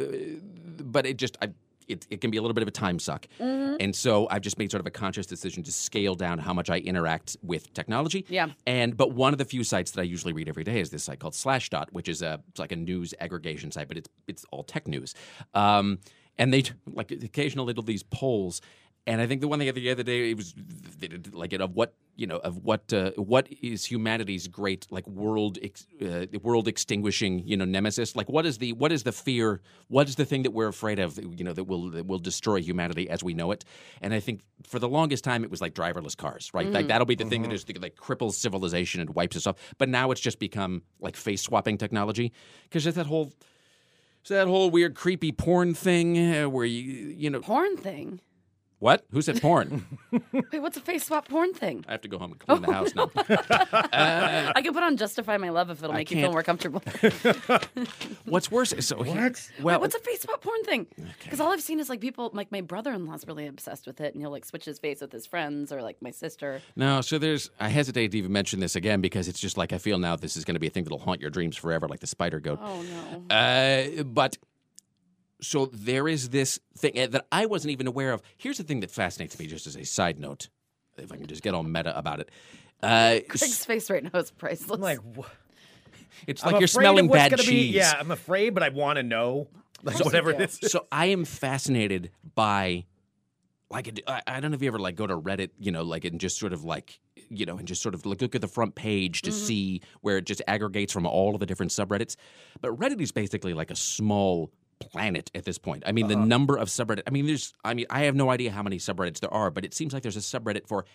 S8: but it just I. It, it can be a little bit of a time suck. And so I've just made sort of a conscious decision to scale down how much I interact with technology.
S7: Yeah.
S8: And but one of the few sites that I usually read every day is this site called Slashdot, which is a it's like a news aggregation site, but it's it's all tech news. Um, and they like occasionally little these polls, and I think the one they had the other day it was they did, like of what you know of what uh, what is humanity's great like world ex- uh, world extinguishing you know nemesis like what is the what is the fear what is the thing that we're afraid of you know that will that will destroy humanity as we know it and I think for the longest time it was like driverless cars right like that'll be the thing that is like cripples civilization and wipes us off but now it's just become like face swapping technology because it's that whole. It's that whole weird creepy porn thing uh, where you you know
S7: porn thing.
S8: what? Who said porn?
S7: Wait, what's a face swap porn thing?
S8: I have to go home and clean the house now.
S7: I can put on "Justify My Love" if it'll
S8: I
S7: make you feel
S8: can't-
S7: more comfortable.
S8: What's worse? is- So what? Well,
S7: What's a face swap porn thing? Because all I've seen is like people, like my brother-in-law's really obsessed with it, and he'll like switch his face with his friends or like my sister.
S8: no. So there's. I hesitate to even mention this again because it's just like I feel now. This is going to be a thing that'll haunt your dreams forever, like the spider goat.
S7: Oh no.
S8: Uh, but so there is this thing uh, that I wasn't even aware of. Here's the thing that fascinates me, just as a side note, if I can just get all meta about it. Uh,
S7: Greg's face right now is priceless.
S6: I'm like, wha-
S8: it's
S6: I'm
S8: like you're
S6: afraid
S8: smelling
S6: of what's
S8: bad
S6: gonna be-
S8: cheese.
S6: yeah, I'm afraid, but I want to know. Like, whatever it is.
S8: so I am fascinated by like I I don't know if you ever like go to Reddit, you know, like and just sort of like you know and just sort of look, look at the front page to see where it just aggregates from all of the different subreddits. But Reddit is basically like a small planet at this point. I mean, the number of subreddit. I mean, there's. I mean, I have no idea how many subreddits there are, but it seems like there's a subreddit for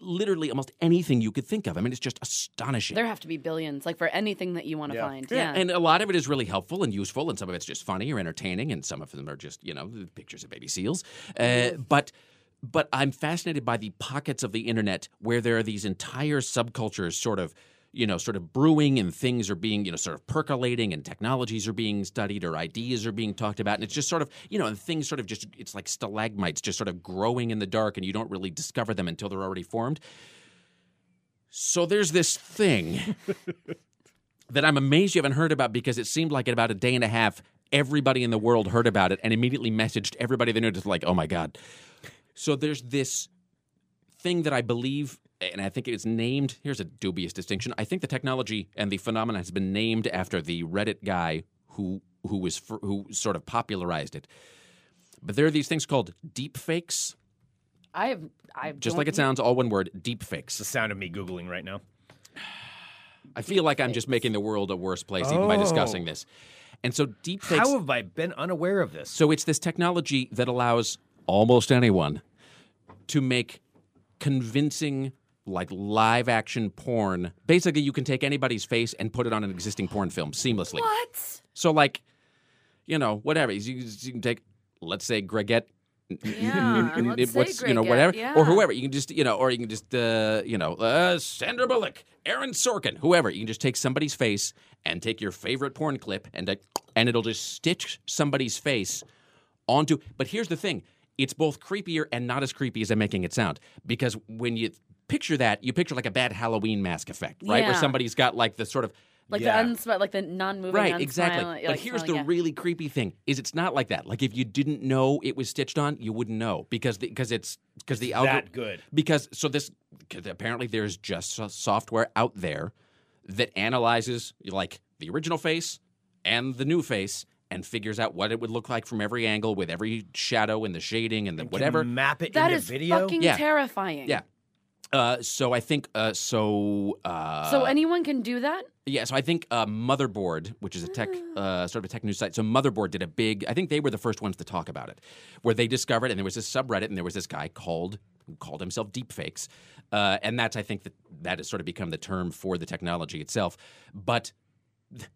S8: literally almost anything you could think of. I mean, it's just astonishing.
S7: There have to be billions, like for anything that you want to find. Yeah.
S8: And a lot of it is really helpful and useful, and some of it's just funny or entertaining, and some of them are just you know pictures of baby seals. Uh, but but I'm fascinated by the pockets of the internet where there are these entire subcultures, sort of you know, sort of brewing, and things are being you know sort of percolating, and technologies are being studied, or ideas are being talked about, and it's just sort of you know, and things sort of just it's like stalagmites, just sort of growing in the dark, and you don't really discover them until they're already formed. So there's this thing that I'm amazed you haven't heard about because it seemed like in about a day and a half, everybody in the world heard about it and immediately messaged everybody they knew, just like, oh my God. So there's this thing that I believe, and I think it's named, here's a dubious distinction. I think the technology and the phenomenon has been named after the Reddit guy who who was fir- who sort of popularized it. But there are these things called deep fakes,
S7: I have, I have
S8: just like it sounds, all one word, deep fakes.
S6: The sound of me Googling right now.
S8: I feel like I'm just making the world a worse place even by discussing this. And so deep fakes.
S6: How have I been unaware of this?
S8: So it's this technology that allows almost anyone to make convincing like live action porn. Basically, you can take anybody's face and put it on an existing porn film seamlessly.
S7: What?
S8: So like, you know, whatever. You, you can take let's say Gregette
S7: Yeah.
S8: and
S7: let's
S8: it-
S7: say
S8: what's, you know
S7: Greg,
S8: whatever
S7: yeah.
S8: or whoever you can just you know or you can just uh, you know uh, Sandra Bullock, Aaron Sorkin, whoever you can just take somebody's face and take your favorite porn clip and uh, and it'll just stitch somebody's face onto. But here's the thing: it's both creepier and not as creepy as I'm making it sound because when you picture that, you picture like a bad Halloween mask effect, right? Where
S7: Yeah.
S8: somebody's got like the sort of
S7: Like
S6: Yeah.
S7: the unsmi- like the non-moving,
S8: Right,
S7: unsmiling-
S8: exactly.
S7: like,
S8: but here's the
S7: smiling, yeah.
S8: really creepy thing: is it's not like that. Like if you didn't know it was stitched on, you wouldn't know because because it's because the algorithm
S6: that good.
S8: because so this 'cause apparently there's just so- software out there that analyzes like the original face and the new face and figures out what it would look like from every angle with every shadow and the shading and the
S6: Can
S8: whatever.
S6: map it
S7: That
S6: into
S7: is
S6: video.
S7: fucking
S8: Yeah.
S7: terrifying.
S8: Yeah. Uh, so I think uh, so. Uh,
S7: So anyone can do that?
S8: Yeah, so I think uh, Motherboard, which is a tech, uh, sort of a tech news site, so Motherboard did a big. I think they were the first ones to talk about it, where they discovered, and there was this subreddit, and there was this guy called who called himself Deepfakes, uh, and that's I think that that has sort of become the term for the technology itself. But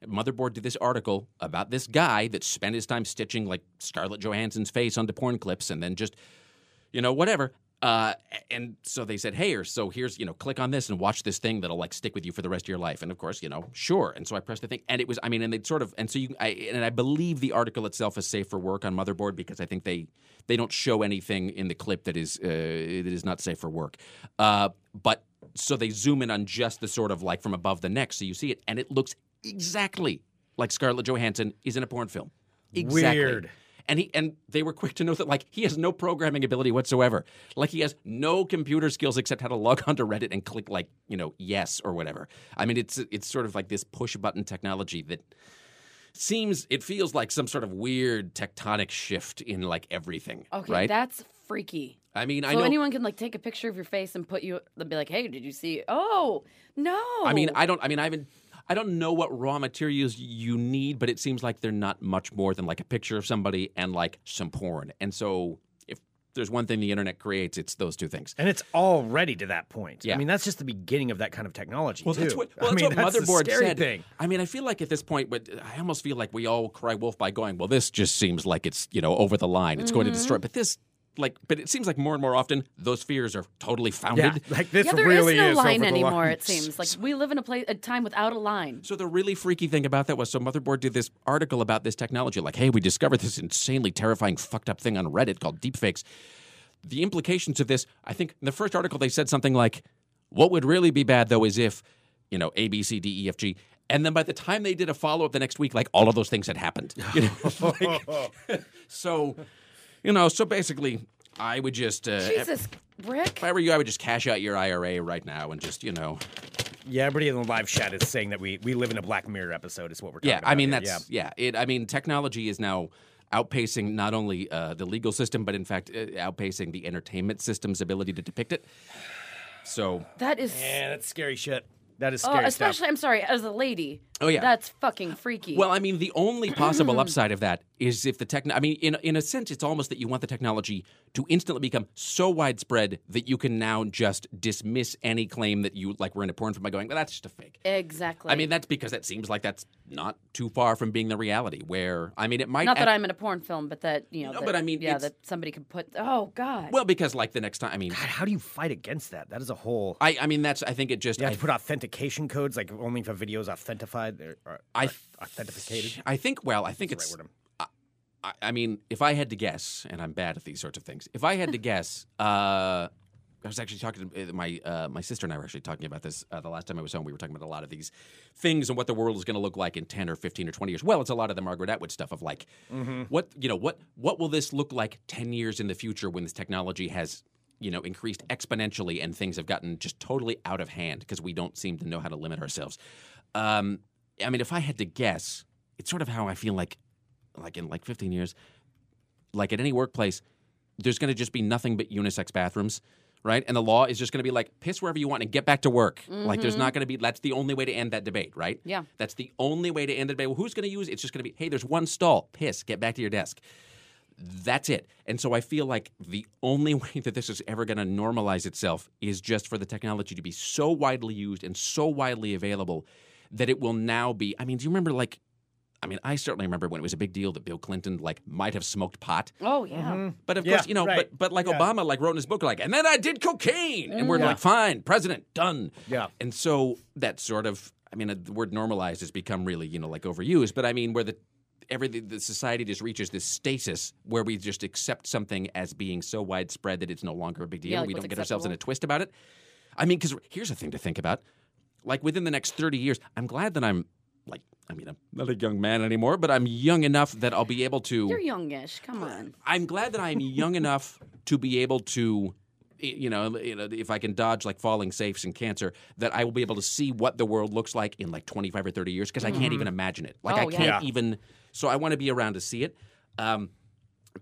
S8: Motherboard did this article about this guy that spent his time stitching like Scarlett Johansson's face onto porn clips, and then just you know, whatever. Uh, and so they said, hey, or so here's, you know, click on this and watch this thing that'll like stick with you for the rest of your life. And of course, you know, sure. And so I pressed the thing, and it was, I mean, and they sort of, and so you, I, and I believe the article itself is safe for work on motherboard because I think they they don't show anything in the clip that is uh, that is not safe for work. Uh, but so they zoom in on just the sort of like from above the neck, so you see it, and it looks exactly like Scarlett Johansson is in a porn film. Exactly.
S6: Weird.
S8: And he and they were quick to know that like he has no programming ability whatsoever. Like he has no computer skills except how to log onto Reddit and click like, you know, yes or whatever. I mean, it's it's sort of like this push button technology that seems it feels like some sort of weird tectonic shift in like everything,
S7: Okay,
S8: right?
S7: that's freaky.
S8: I mean, I
S7: so
S8: know
S7: anyone can like take a picture of your face and put you. They'll be like, "Hey, did you see? Oh no."
S8: I mean, I don't. I mean, I haven't. I don't know what raw materials you need, but it seems like they're not much more than like a picture of somebody and like some porn. And so, if there's one thing the internet creates, it's those two things.
S6: and it's already to that point. I
S8: Yeah.
S6: mean, that's just the beginning of that kind of technology.
S8: Well, that's
S6: too.
S8: what,
S6: I
S8: well, that's
S6: mean,
S8: what
S6: that's the
S8: Motherboard
S6: scary
S8: said.
S6: thing.
S8: I mean, I feel like at this point, but I almost feel like we all cry wolf by going, well, this just seems like it's, you know, over the line. It's going to destroy. But this, like, but it seems like more and more often those fears are totally
S6: Yeah,
S8: founded.
S6: like this
S7: yeah, there is
S6: really
S7: no
S6: is over
S7: line
S6: the
S7: anymore.
S6: line.
S7: It seems like we live in a place, a time without a line.
S8: So the really freaky thing about that was so Motherboard did this article about this technology, like, hey, we discovered this insanely terrifying fucked up thing on Reddit called deepfakes. The implications of this, I think in the first article they said something like, What would really be bad though is if, you know, A, B, C, D, E, F, G. And then by the time they did a follow up the next week, like all of those things had happened. You know? Like, so you know, so basically I would just uh,
S7: Jesus, Rick.
S8: if I were you, I would just cash out your IRA right now and just, you know,
S6: Yeah, everybody in the live chat is saying that we, we live in a Black Mirror episode. Is what we're talking
S8: Yeah,
S6: about.
S8: I mean
S6: here.
S8: that's yeah. It. I mean technology is now outpacing not only uh, the legal system, but in fact uh, outpacing the entertainment system's ability to depict it. So
S7: that is.
S6: yeah. Man, that's scary shit. That is
S7: Oh,
S6: scary
S7: especially,
S6: stuff.
S7: I'm sorry, as a lady.
S8: Oh, yeah.
S7: That's fucking freaky.
S8: Well, I mean, the only possible upside of that is if the tech. I mean, in in a sense, it's almost that you want the technology to instantly become so widespread that you can now just dismiss any claim that you like were in a porn film by going, "Well, that's just a fake."
S7: exactly.
S8: I mean, that's because that seems like that's not too far from being the reality. Where I mean, it might
S7: not that
S8: act-
S7: I'm in a porn film, but that you know.
S8: No,
S7: that-
S8: but I mean,
S7: yeah,
S8: it's-
S7: that somebody could put. Oh God.
S8: well because like the next time. I mean,
S6: God, how do you fight against that? That is a whole.
S8: I, I mean, that's. I think it just.
S6: you have
S8: I,
S6: to put authentication codes, like only if a video is authentified or, or
S8: I
S6: authenticated.
S8: I think. Well, I think
S6: That's
S8: it's.
S6: the right word.
S8: I, I mean, if I had to guess, and I'm bad at these sorts of things, if I had to guess, uh, I was actually talking to uh, my uh, my sister and I were actually talking about this uh, the last time I was home. We were talking about a lot of these things and what the world is going to look like in ten or fifteen or twenty years. Well, it's a lot of the Margaret Atwood stuff of like,
S6: Mm-hmm.
S8: what you know, what what will this look like ten years in the future when this technology has you know increased exponentially and things have gotten just totally out of hand because we don't seem to know how to limit ourselves. Um, I mean, if I had to guess, it's sort of how I feel like like in like 15 years, like at any workplace, there's going to just be nothing but unisex bathrooms, right? And the law is just going to be like, piss wherever you want and get back to work. Like, there's not going to be, that's the only way to end that debate, right?
S7: Yeah.
S8: That's the only way to end the debate. Well, who's going to use it? It's just going to be, hey, there's one stall, piss, get back to your desk. That's it. And so I feel like the only way that this is ever going to normalize itself is just for the technology to be so widely used and so widely available that it will now be. I mean, do you remember like, I mean, I certainly remember when it was a big deal that Bill Clinton like might have smoked pot.
S7: Oh yeah.
S6: Mm-hmm.
S8: But of
S6: Yeah,
S8: course, you know,
S6: right.
S8: but but like Obama, like wrote in his book, like, and then I did cocaine, and we're
S6: Yeah.
S8: like, fine, president, done.
S6: Yeah.
S8: And so that sort of, I mean, uh, the word normalized has become really, you know, like overused. But I mean, where the everything the society just reaches this stasis where we just accept something as being so widespread that it's no longer a big deal.
S7: Yeah, like
S8: we
S7: what's
S8: don't get ourselves in a
S7: acceptable.
S8: twist about it. I mean, because here's the thing to think about: like within the next thirty years, I'm glad that I'm like, I mean, I'm not a young man anymore, but I'm young enough that I'll be able to.
S7: You're youngish. Come on.
S8: I'm glad that I'm young enough to be able to, i- you know, you know, if I can dodge like falling safes and cancer, that I will be able to see what the world looks like in like 25 or 30 years because I can't even imagine it. Like I
S7: Oh, yeah.
S8: can't
S6: Yeah.
S8: even. So I want to be around to see it. Um,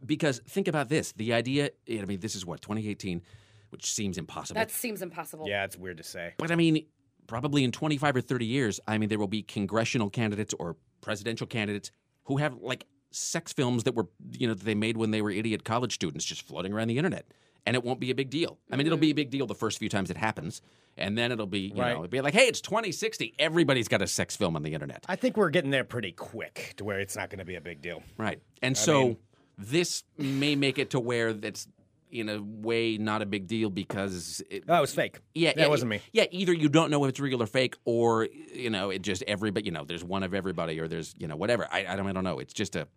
S8: because think about this: the idea. I mean, this is what 2018, which seems impossible.
S7: That seems impossible.
S6: Yeah, it's weird to say.
S8: But I mean, probably in 25 or 30 years, I mean, there will be congressional candidates or presidential candidates who have like sex films that were, you know, that they made when they were idiot college students just floating around the internet. And it won't be a big deal. I mean, it'll be a big deal the first few times it happens. And then it'll be, you
S6: Right.
S8: know, it'll be like, hey, it's 2060. Everybody's got a sex film on the internet.
S6: I think we're getting there pretty quick to where it's not going to be a big deal.
S8: Right. And so this may make it to where that's, in a way, not a big deal because it,
S6: Oh, it was fake.
S8: Yeah,
S6: that wasn't me.
S8: Yeah, either you don't know if it's real or fake, or you know, it just everybody. You know, there's one of everybody, or there's you know whatever. I, I don't I don't know. It's just a.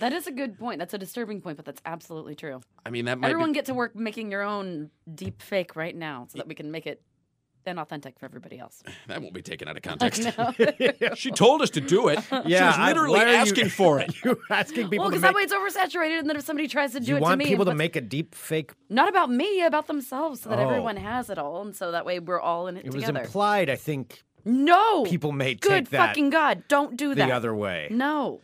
S7: That is a good point. That's a disturbing point, but that's absolutely true.
S8: I mean, that might
S7: Everyone
S8: be,
S7: get to work making your own deep fake right now so that we can make it then authentic for everybody else.
S8: that won't be taken out of context. she told us to do it. she was
S6: I-
S8: literally
S6: why are you-
S8: asking for it.
S6: You're asking people
S7: well,
S6: to
S7: because
S6: make.
S7: that way it's oversaturated, and then if somebody tries to do
S6: you
S7: it
S6: want
S7: to me,
S6: people to
S7: what's-
S6: make a deep fake.
S7: not about me, about themselves, so that
S6: Oh.
S7: everyone has it all, and so that way we're all in it,
S6: It was
S7: together.
S6: implied. I think
S7: no,
S6: people may
S7: good
S6: take that
S7: fucking god, don't do
S6: the
S7: that.
S6: other way
S7: No,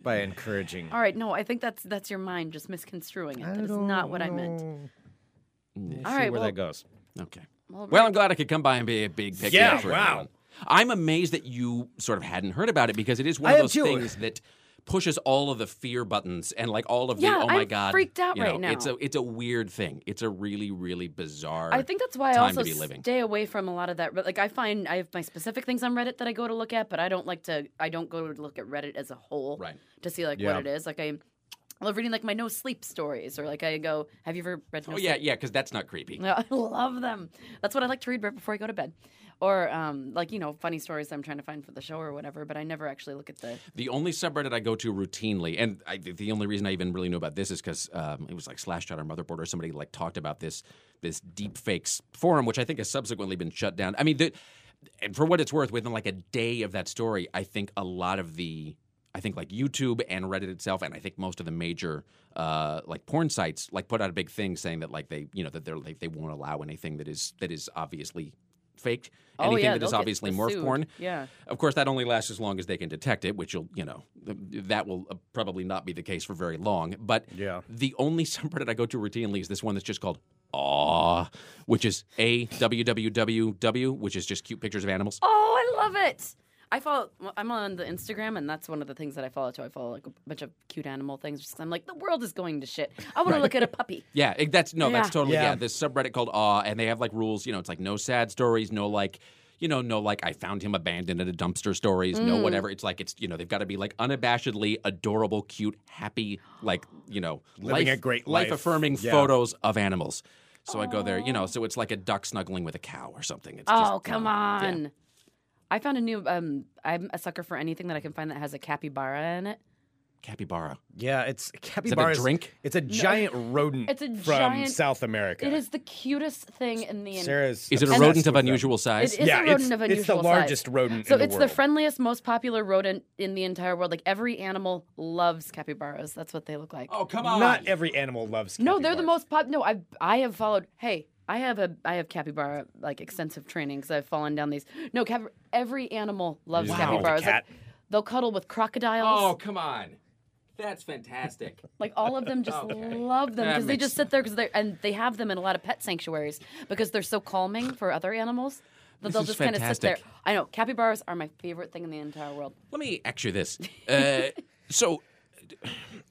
S6: by encouraging.
S7: all right, no, I think that's that's your mind just misconstruing it. That is not what I meant.
S6: We'll
S8: Mm,
S7: All
S6: see
S7: right,
S6: where
S7: well,
S6: that goes.
S8: Okay.
S7: Well,
S8: Well, I'm glad I could come by and be a big pick. me
S6: Yeah,
S8: up for
S6: wow.
S8: everyone. I'm amazed that you sort of hadn't heard about it because it is one
S6: I
S8: of
S6: am
S8: those
S6: too.
S8: things that pushes all of the fear buttons and like all of
S7: Yeah,
S8: the oh my
S7: I'm
S8: god
S7: freaked out
S8: you know,
S7: right now.
S8: It's a it's a weird thing. It's a really really bizarre.
S7: I think that's why I
S8: time
S7: also
S8: to be living.
S7: stay away from a lot of that. Re- Like I find I have my specific things on Reddit that I go to look at, but I don't like to. I don't go to look at Reddit as a whole
S8: Right.
S7: to see like
S6: Yeah.
S7: what it is. Like I I love reading like my no sleep stories, or like I go, have you ever read? No
S8: Oh yeah,
S7: Sleep?
S8: yeah, because that's not creepy.
S7: Yeah, I love them. That's what I like to read right before I go to bed, or um, like you know funny stories I'm trying to find for the show or whatever. But I never actually look at the.
S8: The only subreddit I go to routinely, and I, the only reason I even really know about this is because um, it was like Slashdot or Motherboard or somebody like talked about this this deepfakes forum, which I think has subsequently been shut down. I mean, the, and for what it's worth, within like a day of that story, I think a lot of the I think like YouTube and Reddit itself, and I think most of the major uh, like porn sites like put out a big thing saying that like they you know that they're like they won't allow anything that is that is obviously faked,
S7: Oh,
S8: anything
S7: yeah,
S8: that is
S7: they'll get
S8: obviously morph
S7: sued.
S8: porn.
S7: Yeah.
S8: Of course, that only lasts as long as they can detect it, which will, you know, th- that will uh, probably not be the case for very long. But
S6: Yeah.
S8: the only subreddit I go to routinely is this one that's just called Aw, which is A W W W W, which is just cute pictures of animals.
S7: Oh, I love it. I follow. well, I'm on the Instagram, and that's one of the things that I follow too. I follow like a bunch of cute animal things. Just 'cause I'm like, the world is going to shit. I want to look at a puppy.
S8: Yeah, it- that's no, that's
S7: Yeah.
S8: totally
S6: Yeah.
S8: yeah. This subreddit called Aw, and they have like rules. You know, it's like no sad stories, no like, you know, no like I found him abandoned at a dumpster stories,
S7: Mm.
S8: no whatever. It's like it's you know they've got to be like unabashedly adorable, cute, happy, like you know,
S6: Living a great life.
S8: affirming
S6: Yeah.
S8: photos of animals. So I go there, you know, so it's like a duck snuggling with a cow or something. It's
S7: Oh,
S8: just, you
S7: come
S8: know, yeah.
S7: on. I found a new. Um, I'm a sucker for anything that I can find that has a capybara in it.
S8: capybara.
S6: Yeah, it's
S8: Is
S6: capybara.
S8: that a drink?
S6: It's a giant rodent.
S7: It's a
S6: from
S7: giant-
S6: South America.
S7: It is the cutest thing in the. en-
S6: Sarah's.
S8: Is it a
S6: obsessed
S8: rodent of
S6: with them.
S8: unusual size?
S7: It is
S6: Yeah,
S7: a
S6: it's-
S7: rodent of
S6: it's the
S7: unusual size.
S6: largest rodent
S7: So
S6: in the
S7: it's
S6: world.
S7: the friendliest, most popular rodent in the entire world. Like every animal loves capybaras. That's what they look like.
S8: Oh, come on.
S6: Not every animal loves.
S7: No, they're the
S6: capybaras.
S7: most pop. No, I I have followed. Hey, I have a I have capybara like extensive training because I've fallen down these. No, cap- every animal loves
S6: just
S8: gotta hold a
S7: capybaras. Like,
S6: cat.
S7: they'll cuddle with crocodiles.
S8: oh, come on. That's fantastic.
S7: Like all of them just
S8: Okay.
S7: love them
S8: That
S7: because they
S8: makes
S7: just sit there because they and they have them in a lot of pet sanctuaries because they're so calming for other animals that
S8: This
S7: they'll
S8: is
S7: just kind of sit there.
S8: fantastic.
S7: I know capybaras are my favorite thing in the entire world.
S8: Let me ask you this. Uh, so,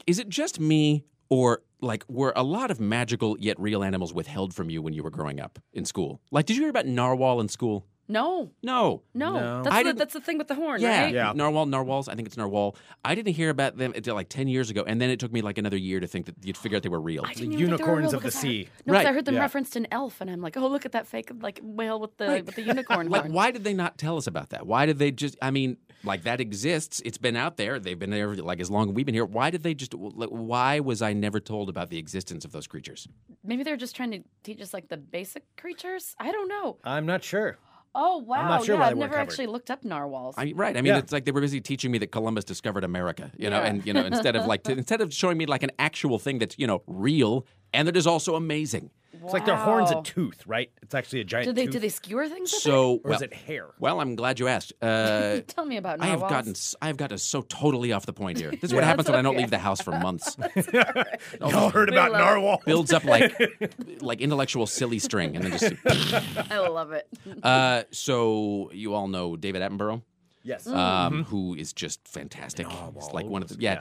S8: is it just me, or like were a lot of magical yet real animals withheld from you when you were growing up in school? Like, did you hear about narwhal in school?
S7: No,
S8: No.
S7: no,
S6: No.
S7: That's,
S8: I
S7: the,
S8: didn't-
S7: that's the thing with the horn,
S8: Yeah.
S7: right?
S6: Yeah.
S8: narwhal, narwhals. I think it's narwhal. I didn't hear about them until like ten years ago, and then it took me like another year to think that you'd figure out they were real.
S7: I didn't
S6: The
S7: even think they were
S6: unicorns
S7: real
S6: of the
S7: because I-
S6: sea.
S7: no, 'cause I
S8: Right.
S7: heard them
S6: Yeah.
S7: referenced in Elf, and I'm like, oh, look at that fake like whale with the with the unicorn
S8: Like,
S7: horn.
S8: why did they not tell us about that? Why did they just? I mean, like that exists. It's been out there. They've been there like as long as we've been here. Why did they just? Like, why was I never told about the existence of those creatures?
S7: Maybe they're just trying to teach us like the basic creatures. I don't know.
S6: I'm not sure.
S7: Oh wow,
S6: sure
S7: yeah,
S6: why
S7: I've
S6: they weren't
S7: never
S6: covered.
S7: actually looked up narwhals.
S8: I, right. I mean,
S6: Yeah.
S8: it's like they were busy teaching me that Columbus discovered America, you know,
S7: Yeah.
S8: and you know, instead of like instead of showing me like an actual thing that's you know real and that is also amazing.
S6: It's like their horn's a
S7: Wow.
S6: tooth, right? It's actually a giant
S7: Do they
S6: tooth.
S7: do they skewer things? with it?
S8: So,
S6: or
S8: well,
S6: is it hair?
S8: well, I'm glad you asked. Uh,
S7: Tell me about
S8: I have
S7: narwhals.
S8: gotten s- I have gotten so totally off the point here. This is what happens when I don't leave the house for months.
S6: Y'all heard about
S7: love it.
S6: narwhal?
S8: Builds up like like intellectual silly string, and then just.
S7: I love it.
S8: Uh, so you all know David Attenborough,
S6: Yes.
S7: Mm. Mm-hmm.
S8: um, who is just fantastic.
S6: Oh,
S8: He's like one of the yeah.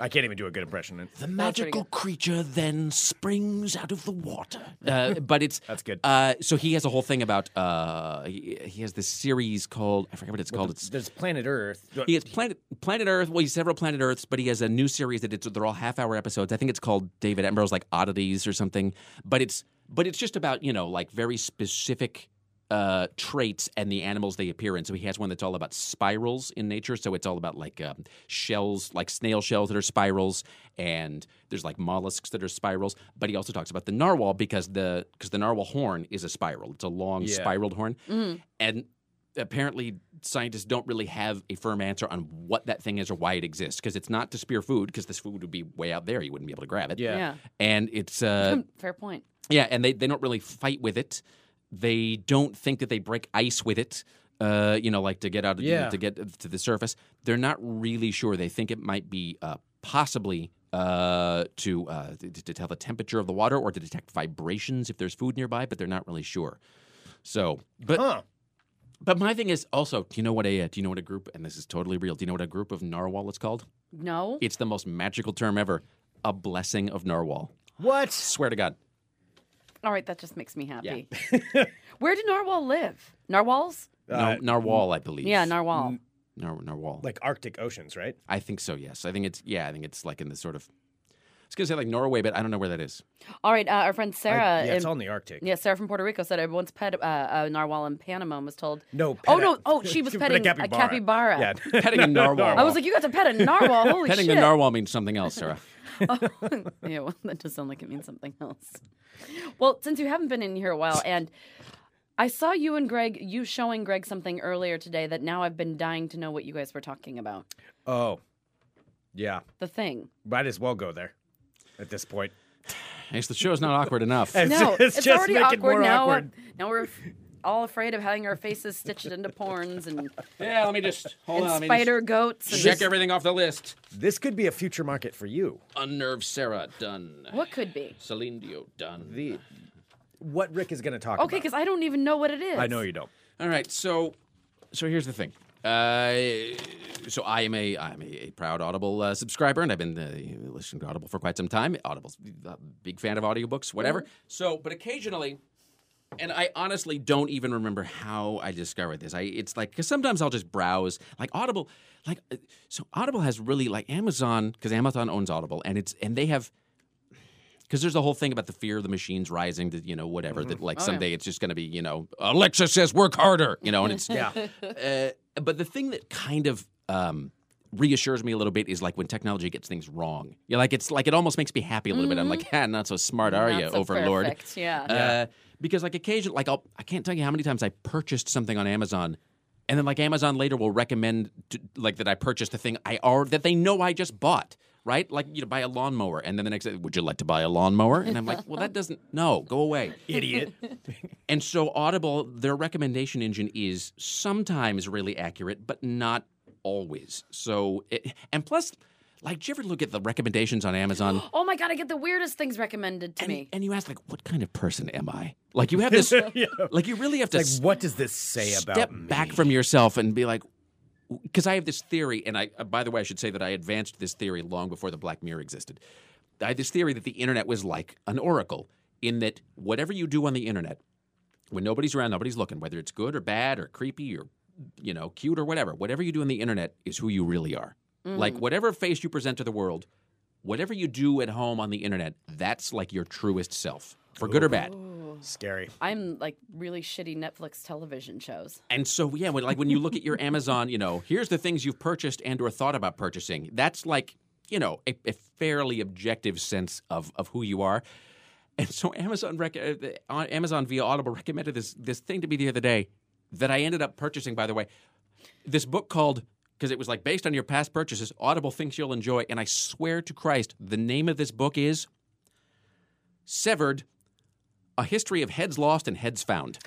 S6: I can't even do a good impression.
S8: The
S7: That's pretty
S8: magical creature then springs out of the water. Uh, but it's
S6: That's good.
S8: Uh, so he has a whole thing about uh, he, he has this series called I forget what it's called. it's
S6: There's planet Earth.
S8: he has planet Planet Earth. Well, he's several Planet Earths, but he has a new series that it's they're all half hour episodes. I think it's called David Attenborough's like Oddities or something. But it's but it's just about you know like very specific uh, traits and the animals they appear in. So he has one that's all about spirals in nature. So it's all about like um, shells, like snail shells that are spirals, and there's like mollusks that are spirals. But he also talks about the narwhal because the because the narwhal horn is a spiral. It's a long
S6: Yeah.
S8: spiraled horn, and apparently scientists don't really have a firm answer on what that thing is or why it exists because it's not to spear food because this food would be way out there you wouldn't be able to grab it
S6: Yeah.
S7: Yeah.
S8: and it's uh
S7: Fair point.
S8: yeah and they, they don't really fight with it they don't think that they break ice with it uh you know like to get out of
S6: Yeah.
S8: to get to the surface they're not really sure they think it might be uh possibly uh to uh to, to tell the temperature of the water or to detect vibrations if there's food nearby but they're not really sure so but
S6: Huh.
S8: but my thing is also, do you know what a uh, do you know what a group? And this is totally real. Do you know what a group of narwhal is called?
S7: No.
S8: It's the most magical term ever. A blessing of narwhal.
S6: What?
S8: Swear to God.
S7: All right, that just makes me happy. Where do narwhal live? Narwhals?
S8: Nar- narwhal, I believe.
S7: Yeah, narwhal.
S8: Nar- narwhal.
S6: Like Arctic oceans, right?
S8: I think so. Yes, I think it's yeah. I think it's like in the sort of. I was gonna say like Norway, but I don't know where that is.
S7: All right, uh, our friend
S6: I-
S7: Sarah.
S6: yeah, it's
S7: in-
S6: all in the Arctic.
S7: yeah, Sarah from Puerto Rico said I once pet uh, a narwhal in Panama and was told.
S6: No. pet
S7: Oh
S6: a-
S7: no! Oh, she was
S6: pet
S7: petting a capybara.
S6: Yeah.
S8: Petting a narwhal.
S7: I was like, you got to pet a narwhal. Holy
S8: Petting
S7: shit!
S8: a narwhal means something else, Sarah.
S7: yeah, well, that does sound like it means something else. Well, since you haven't been in here a while, and I saw you and Greg, you showing Greg something earlier today that now I've been dying to know what you guys were talking about.
S6: Oh. Yeah.
S7: The thing.
S6: Might as well go there at this point.
S8: It's the show's not awkward enough.
S6: It's
S7: No,
S6: just- it's
S7: it's,
S6: just
S7: already
S6: make it
S7: awkward
S6: more
S7: now.
S6: awkward.
S7: Now we're f- all afraid of having our faces stitched into porns and,
S8: yeah, let me just hold
S7: and
S8: on. let me just
S7: spider goats. And
S8: check everything off the list.
S6: This could be a future market for you.
S8: Unnerve Sarah done.
S7: What could be?
S8: Celine Dio done.
S6: The what Rick is going to talk
S7: Okay,
S6: about.
S7: because I don't even know what it is.
S6: I know you don't.
S8: All right, so so here's the thing. Uh, so I am a I am a, a proud Audible uh, subscriber, and I've been uh, listening to Audible for quite some time. Audible's a big fan of audiobooks, whatever. So, but occasionally, and I honestly don't even remember how I discovered this. I it's like because sometimes I'll just browse like Audible, like uh, so Audible has really like Amazon because Amazon owns Audible, and it's and they have because there's the whole thing about the fear of the machines rising to you know whatever that like someday it's just going to be you know Alexa says work harder you know and it's
S6: Yeah.
S8: uh, but the thing that kind of um, reassures me a little bit is like when technology gets things wrong. You know, like it's like it almost makes me happy a little bit. I'm like, ah, not so smart, are
S7: Mm-hmm. Not
S8: you,
S7: so
S8: Overlord?
S7: perfect, yeah.
S8: Uh, because like occasionally, like I'll, I can't tell you how many times I purchased something on Amazon. And then, like Amazon later will recommend, to, like that I purchased a thing I are that they know I just bought, right? Like you know, buy a lawnmower, and then the next, day, would you like to buy a lawnmower? And I'm like, well, that doesn't. No, go away.
S6: Idiot.
S8: And so Audible, their recommendation engine is sometimes really accurate, but not always. So, it, and plus, Like, do you ever look at the recommendations on Amazon?
S7: Oh my god, I get the weirdest things recommended to
S8: and,
S7: me.
S8: and you ask, like, what kind of person am I? Like, you have this,
S6: Yeah.
S8: like, you really have to
S6: Like,
S8: s-
S6: what does this say about
S8: step
S6: me?
S8: back from yourself and be like, because I have this theory, and I, uh, by the way, I should say that I advanced this theory long before the Black Mirror existed. I had this theory that the internet was like an oracle, in that whatever you do on the internet, when nobody's around, nobody's looking, whether it's good or bad or creepy or you know cute or whatever, whatever you do on the internet is who you really are. Like whatever face you present to the world, whatever you do at home on the internet, that's like your truest self, for good or bad.
S6: Scary.
S7: I'm like really shitty Netflix television shows.
S8: And so yeah, when, like when you look at your Amazon, you know, here's the things you've purchased and or thought about purchasing. That's like, you know, a, a fairly objective sense of of who you are. And so Amazon rec- uh, the- on Amazon via Audible recommended this this thing to me the other day that I ended up purchasing by the way. This book called because it was like based on your past purchases, Audible thinks you'll enjoy and I swear to Christ, the name of this book is Severed: A History of Heads Lost and Heads Found.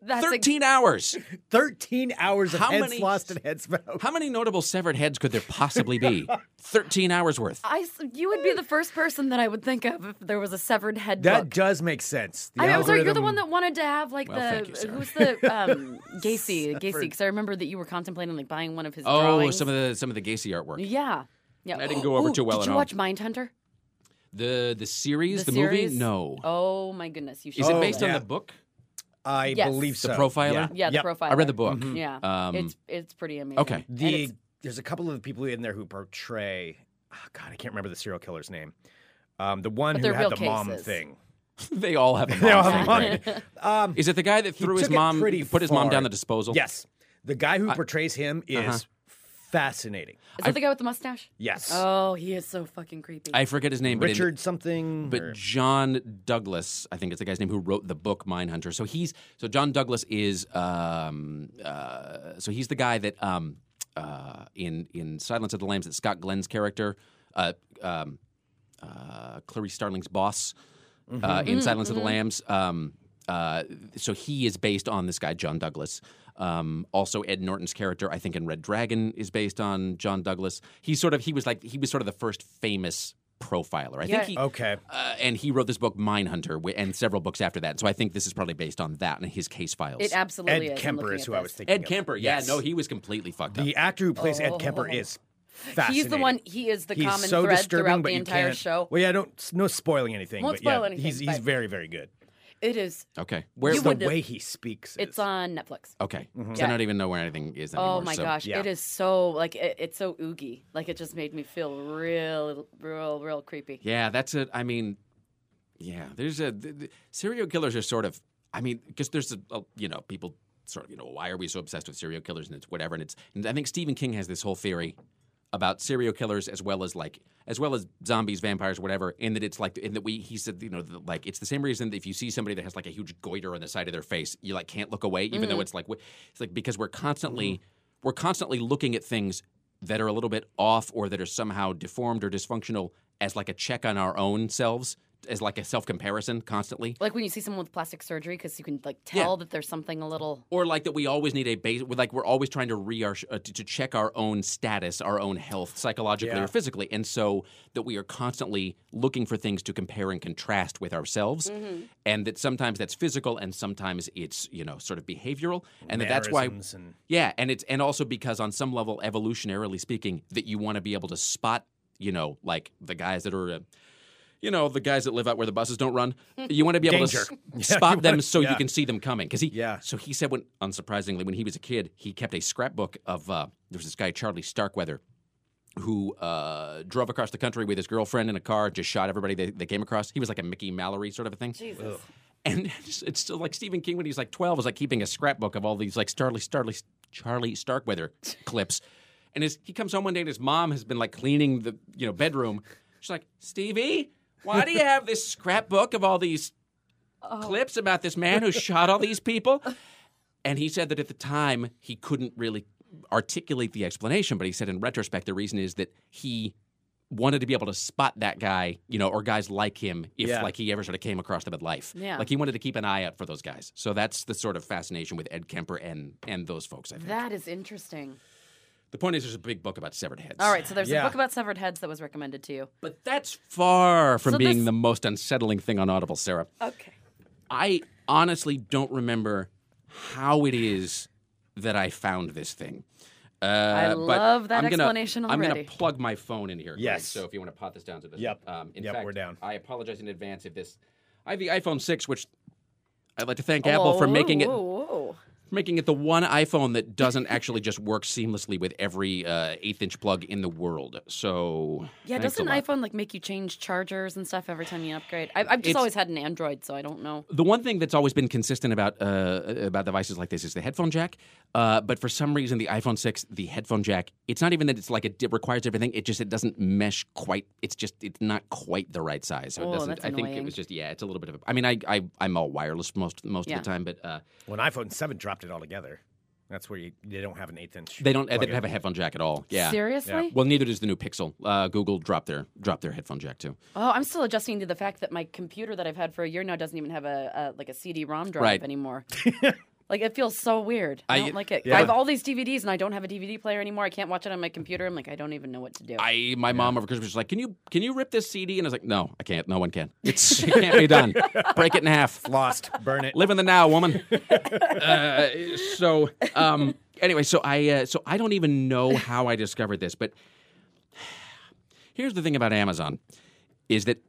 S7: That's a-
S8: 13 hours.
S6: 13 hours of
S8: How
S6: heads
S8: many-
S6: lost and heads found.
S8: How many notable severed heads could there possibly be? 13 hours worth.
S6: Uh,
S7: I s- you would be the first person that I would think of if there was a severed head
S6: That
S7: book.
S6: does make sense. The
S7: I, am sorry, you're the
S6: algorithm-
S7: one that wanted to have like
S8: Well,
S7: the
S8: thank you, Sarah.
S7: who's the um, Gacy Gacy
S6: Severed.
S7: because I remember that you were contemplating like buying one of his
S8: Oh,
S7: drawings.
S8: some of the some of the Gacy artwork.
S7: yeah, yeah.
S8: That didn't go over
S7: Ooh,
S8: too well
S7: Did
S8: at
S7: you
S8: all.
S7: watch Mindhunter?
S8: The the series, the,
S7: series?
S8: movie? No.
S7: Oh my goodness, you should.
S8: Is it
S6: Oh,
S8: based on
S6: yeah.
S8: the book?
S6: I
S7: Yes.
S6: believe
S8: The
S6: so.
S8: Profiler?
S6: Yeah.
S7: Yeah, the
S6: Yep.
S7: profile.
S8: I read the book.
S6: Mm-hmm.
S7: Yeah,
S8: Um,
S7: it's it's pretty amazing.
S8: okay.
S7: And
S6: The
S7: it's-
S6: there's a couple of people in there who portray. ah, God, I can't remember the serial killer's name. Um, the one
S7: But
S6: who
S7: they're
S6: had the
S7: real
S6: mom
S7: cases.
S6: thing.
S8: they all have a mom.
S6: They all
S8: thing,
S6: have
S8: right?
S6: mine. Um,
S8: Is it the guy that
S6: He
S8: threw his
S6: took it
S8: mom,
S6: pretty
S8: put his mom
S6: far.
S8: down the disposal?
S6: yes, the guy who portrays him
S8: Uh-huh.
S6: is fascinating.
S7: Is that the guy with the mustache?
S6: Yes,
S7: Oh, he is so fucking creepy.
S8: I forget his name, but in-
S6: Richard something.
S8: but
S6: or-
S8: John Douglas, I think it's the guy's name who wrote the book Mindhunter. So he's so John Douglas is um, uh, so he's the guy that um, uh, in in Silence of the Lambs that Scott Glenn's character, uh, um, uh, Clarice Starling's boss uh, in Silence of the Lambs. Um, uh, so he is based on this guy John Douglas. Um, also, Ed Norton's character, I think, in Red Dragon is based on John Douglas. He sort of he was like he was sort of the first famous profiler. I
S7: Yeah.
S8: think he
S6: okay,
S8: uh, and he wrote this book Mindhunter wi- and several books after that. So I think this is probably based on that and his case files.
S7: it
S6: Ed
S7: absolutely is. I'm
S6: Kemper
S7: looking
S6: is
S7: at
S6: who I
S7: this.
S6: was thinking.
S8: Ed
S6: of.
S8: Kemper, yeah,
S6: Yes.
S8: no, he was completely fucked up.
S6: the actor who plays Ed Kemper
S7: Oh.
S6: is.
S7: He's the
S6: fascinating.
S7: one. He is the
S6: He's
S7: common
S6: so
S7: thread
S6: disturbing,
S7: throughout
S6: but
S7: the
S6: you
S7: entire
S6: can't-
S7: show.
S6: Well, yeah, don't no spoiling anything.
S7: Won't
S6: but yeah,
S7: spoil anything,
S6: He's he's
S7: but-
S6: very very good.
S7: It is.
S8: Okay, where?
S7: You
S6: the
S7: wouldn't have-
S6: way he speaks. Is.
S7: It's on Netflix.
S8: okay, so
S6: Mm-hmm.
S7: Yeah.
S8: I don't even know where anything is anymore.
S7: Oh my
S8: so-
S7: gosh,
S6: yeah.
S7: it is so like it, it's so oogie. Like it just made me feel real, real, real creepy.
S8: Yeah, that's a. I mean, yeah, there's a th- th- serial killers are sort of. I mean, because there's a, a you know people sort of you know why are we so obsessed with serial killers and it's whatever and it's and I think Stephen King has this whole theory about serial killers as well as like as well as zombies, vampires, whatever, in that it's like in that we he said you know that, like it's the same reason that if you see somebody that has like a huge goiter on the side of their face, you like can't look away even though it's like wh- it's like because we're constantly we're constantly looking at things that are a little bit off or that are somehow deformed or dysfunctional as like a check on our own selves as like a self comparison constantly
S7: Like when you see someone with plastic surgery, because you can like tell
S8: Yeah.
S7: that there's something a little.
S8: or like that we always need a base we're like we're always trying to re our, uh, to, to check our own status our own health psychologically
S6: Yeah.
S8: or physically and so that we are constantly looking for things to compare and contrast with ourselves and that sometimes that's physical and sometimes it's you know sort of behavioral and that that's why
S6: Mannerisms and-
S8: yeah, and it's and also because on some level, evolutionarily speaking, that you want to be able to spot, you know, like the guys that are, uh, you know, the guys that live out where the buses don't run. You want to be able
S6: Danger.
S8: to s-
S6: Yeah,
S8: spot
S6: you
S8: them
S6: wanna-
S8: so
S6: yeah.
S8: you can see them coming. Because he,
S6: Yeah.
S8: So he said, when unsurprisingly, when he was a kid, he kept a scrapbook of uh, there was this guy Charlie Starkweather. Who uh, drove across the country with his girlfriend in a car, just shot everybody they, they came across. He was like a Mickey Mallory sort of a thing.
S7: Jesus.
S8: And it's, it's still like Stephen King when he was like 12 was like keeping a scrapbook of all these like Starly, Starly, Charlie Starkweather clips. And his, he comes home one day and his mom has been like cleaning the you know bedroom. She's like, Stevie, why do you have this scrapbook of all these
S7: Oh.
S8: clips about this man who shot all these people? And he said that at the time he couldn't really articulate the explanation, but he said in retrospect the reason is that he wanted to be able to spot that guy, you know, or guys like him if
S6: Yeah.
S8: like he ever sort of came across them in life.
S7: Yeah.
S8: Like he wanted to keep an eye out for those guys. So that's the sort of fascination with Ed Kemper and and those folks, I think.
S7: That is interesting.
S8: The point is, there's a big book about severed heads.
S7: All right, so there's
S6: Yeah.
S7: a book about severed heads that was recommended to you.
S8: But that's far from
S7: So
S8: being
S7: this-
S8: the most unsettling thing on Audible, Sarah.
S7: Okay.
S8: I honestly don't remember how it is that I found this thing. Uh, I
S7: love that
S8: I'm gonna,
S7: explanation
S8: I'm going
S7: already.
S8: to plug my phone in here. Craig,
S6: Yes.
S8: So if you want to pot this down to this.
S6: Yep.
S8: Um, in
S6: Yep,
S8: fact,
S6: we're down.
S8: I apologize in advance if this. I have the iPhone 6, which I'd like to thank
S7: Whoa,
S8: Apple for
S7: whoa,
S8: making it
S7: whoa, whoa.
S8: making it the one iPhone that doesn't actually just work seamlessly with every uh, eighth-inch plug in the world. So
S7: Yeah,
S8: thanks a
S7: doesn't
S8: lot.
S7: iPhone like make you change chargers and stuff every time you upgrade? I, I've just
S8: It's-
S7: always had an Android, so I don't know.
S8: the one thing that's always been consistent about uh, about devices like this is the headphone jack. Uh, but for some reason, the iPhone six, the headphone jack, it's not even that it's like it di- requires everything. It just it doesn't mesh quite. It's just it's not quite the right size. So
S7: Oh,
S8: it doesn't.
S7: that's
S8: I think it
S7: annoying.
S8: was just yeah. It's a little bit of. a... I mean, I, I I'm all wireless most most
S7: Yeah.
S8: of the time, but uh,
S6: When iPhone 7 dropped it all together, that's where you, they don't have an eighth inch.
S8: they don't they
S6: plug
S8: don't
S6: in.
S8: have a headphone jack at all. Yeah.
S7: Seriously?
S8: Well, neither does the new Pixel. Uh, Google dropped their dropped their headphone jack too.
S7: Oh, I'm still adjusting to the fact that my computer that I've had for a year now doesn't even have a, a like a CD-ROM drive
S8: Right.
S7: anymore. like it feels so weird. I,
S8: I-
S7: don't like it.
S6: yeah.
S7: I have all these DVDs and I don't have a DVD player anymore. I can't watch it on my computer. I'm like, I don't even know what to do.
S8: I my mom over Christmas was like, "Can you can you rip this CD?" And I was like, "No, I can't. No one can. It's it can't be done. Break it in half.
S6: Lost, burn it.
S8: Live in the now, woman." uh, so um, anyway, so I uh, so I don't even know how I discovered this, but here's the thing about Amazon is that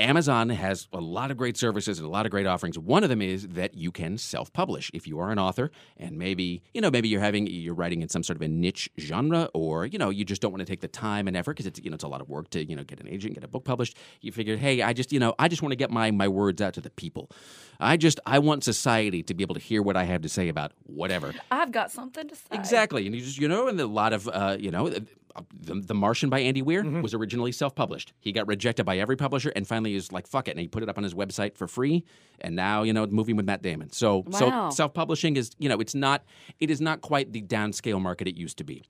S8: Amazon has a lot of great services and a lot of great offerings. One of them is that you can self-publish if you are an author and maybe, you know, maybe you're having you're writing in some sort of a niche genre or, you know, you just don't want to take the time and effort because it's, you know, it's a lot of work to, you know, get an agent, get a book published. You figured, "Hey, I just, you know, I just want to get my my words out to the people. I just I want society to be able to hear what I have to say about whatever."
S7: I've got something to say.
S8: Exactly, and you just you know, and a lot of uh, you know, the, the Martian by Andy Weir was originally self-published. He got rejected by every publisher, and finally he was like, "Fuck it," and he put it up on his website for free. And now you know, moving with Matt Damon. So
S7: Wow.
S8: so self-publishing is you know, it's not it is not quite the downscale market it used to be.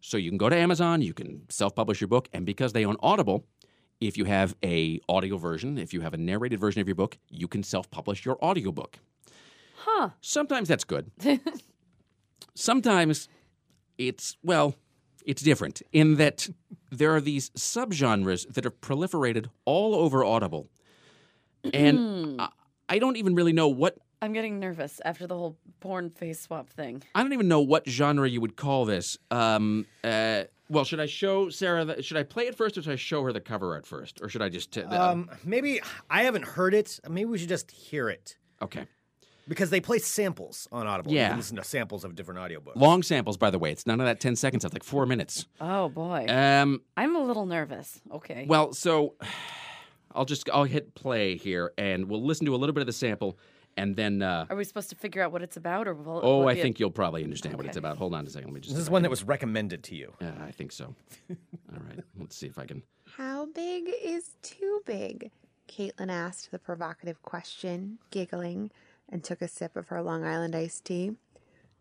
S8: So you can go to Amazon, you can self-publish your book, and because they own Audible. If you have a audio version, if you have a narrated version of your book, you can self-publish your audiobook. Huh. Sometimes that's good sometimes it's well it's different in that there are these subgenres that have proliferated all over audible and I, I don't even really know what
S7: I'm getting nervous after the whole porn face swap thing.
S8: i don't even know what genre you would call this um uh well, should I show Sarah? The, should I play it first, or should I show her the cover art first, or should I just? uh, T- the,
S6: Um, maybe I haven't heard it. Maybe we should just hear it
S8: okay,
S6: because they play samples on Audible. You
S8: Yeah.
S6: can listen to samples of different audiobooks.
S8: long samples, by the way. It's none of that ten seconds. That's like four minutes.
S7: Oh boy.
S8: Um,
S7: I'm a little nervous. Okay.
S8: Well, so I'll just I'll hit play here, and we'll listen to a little bit of the sample, and then. Uh,
S7: Are we supposed to figure out what it's about or will,
S8: oh,
S7: will it
S8: I
S7: be a-
S8: think you'll probably understand what
S7: Okay.
S8: it's about. Hold on a second. Let me just.
S6: this is one that was recommended to you.
S8: Uh, I think so. All right. Let's see if I can.
S4: How big is too big? Caitlin asked the provocative question, giggling, and took a sip of her Long Island iced tea.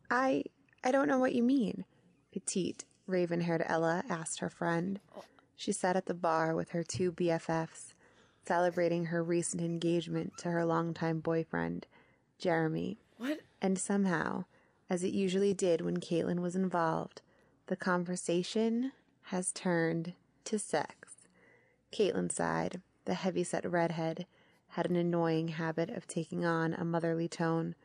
S4: I I don't know what you mean. Petite, raven haired Ella asked her friend. She sat at the bar with her two BFFs, celebrating her recent engagement to her longtime boyfriend, Jeremy.
S7: What?
S4: And somehow, as it usually did when Caitlin was involved, the conversation has turned to sex. Caitlin sighed. The heavyset redhead had an annoying habit of taking on a motherly tone,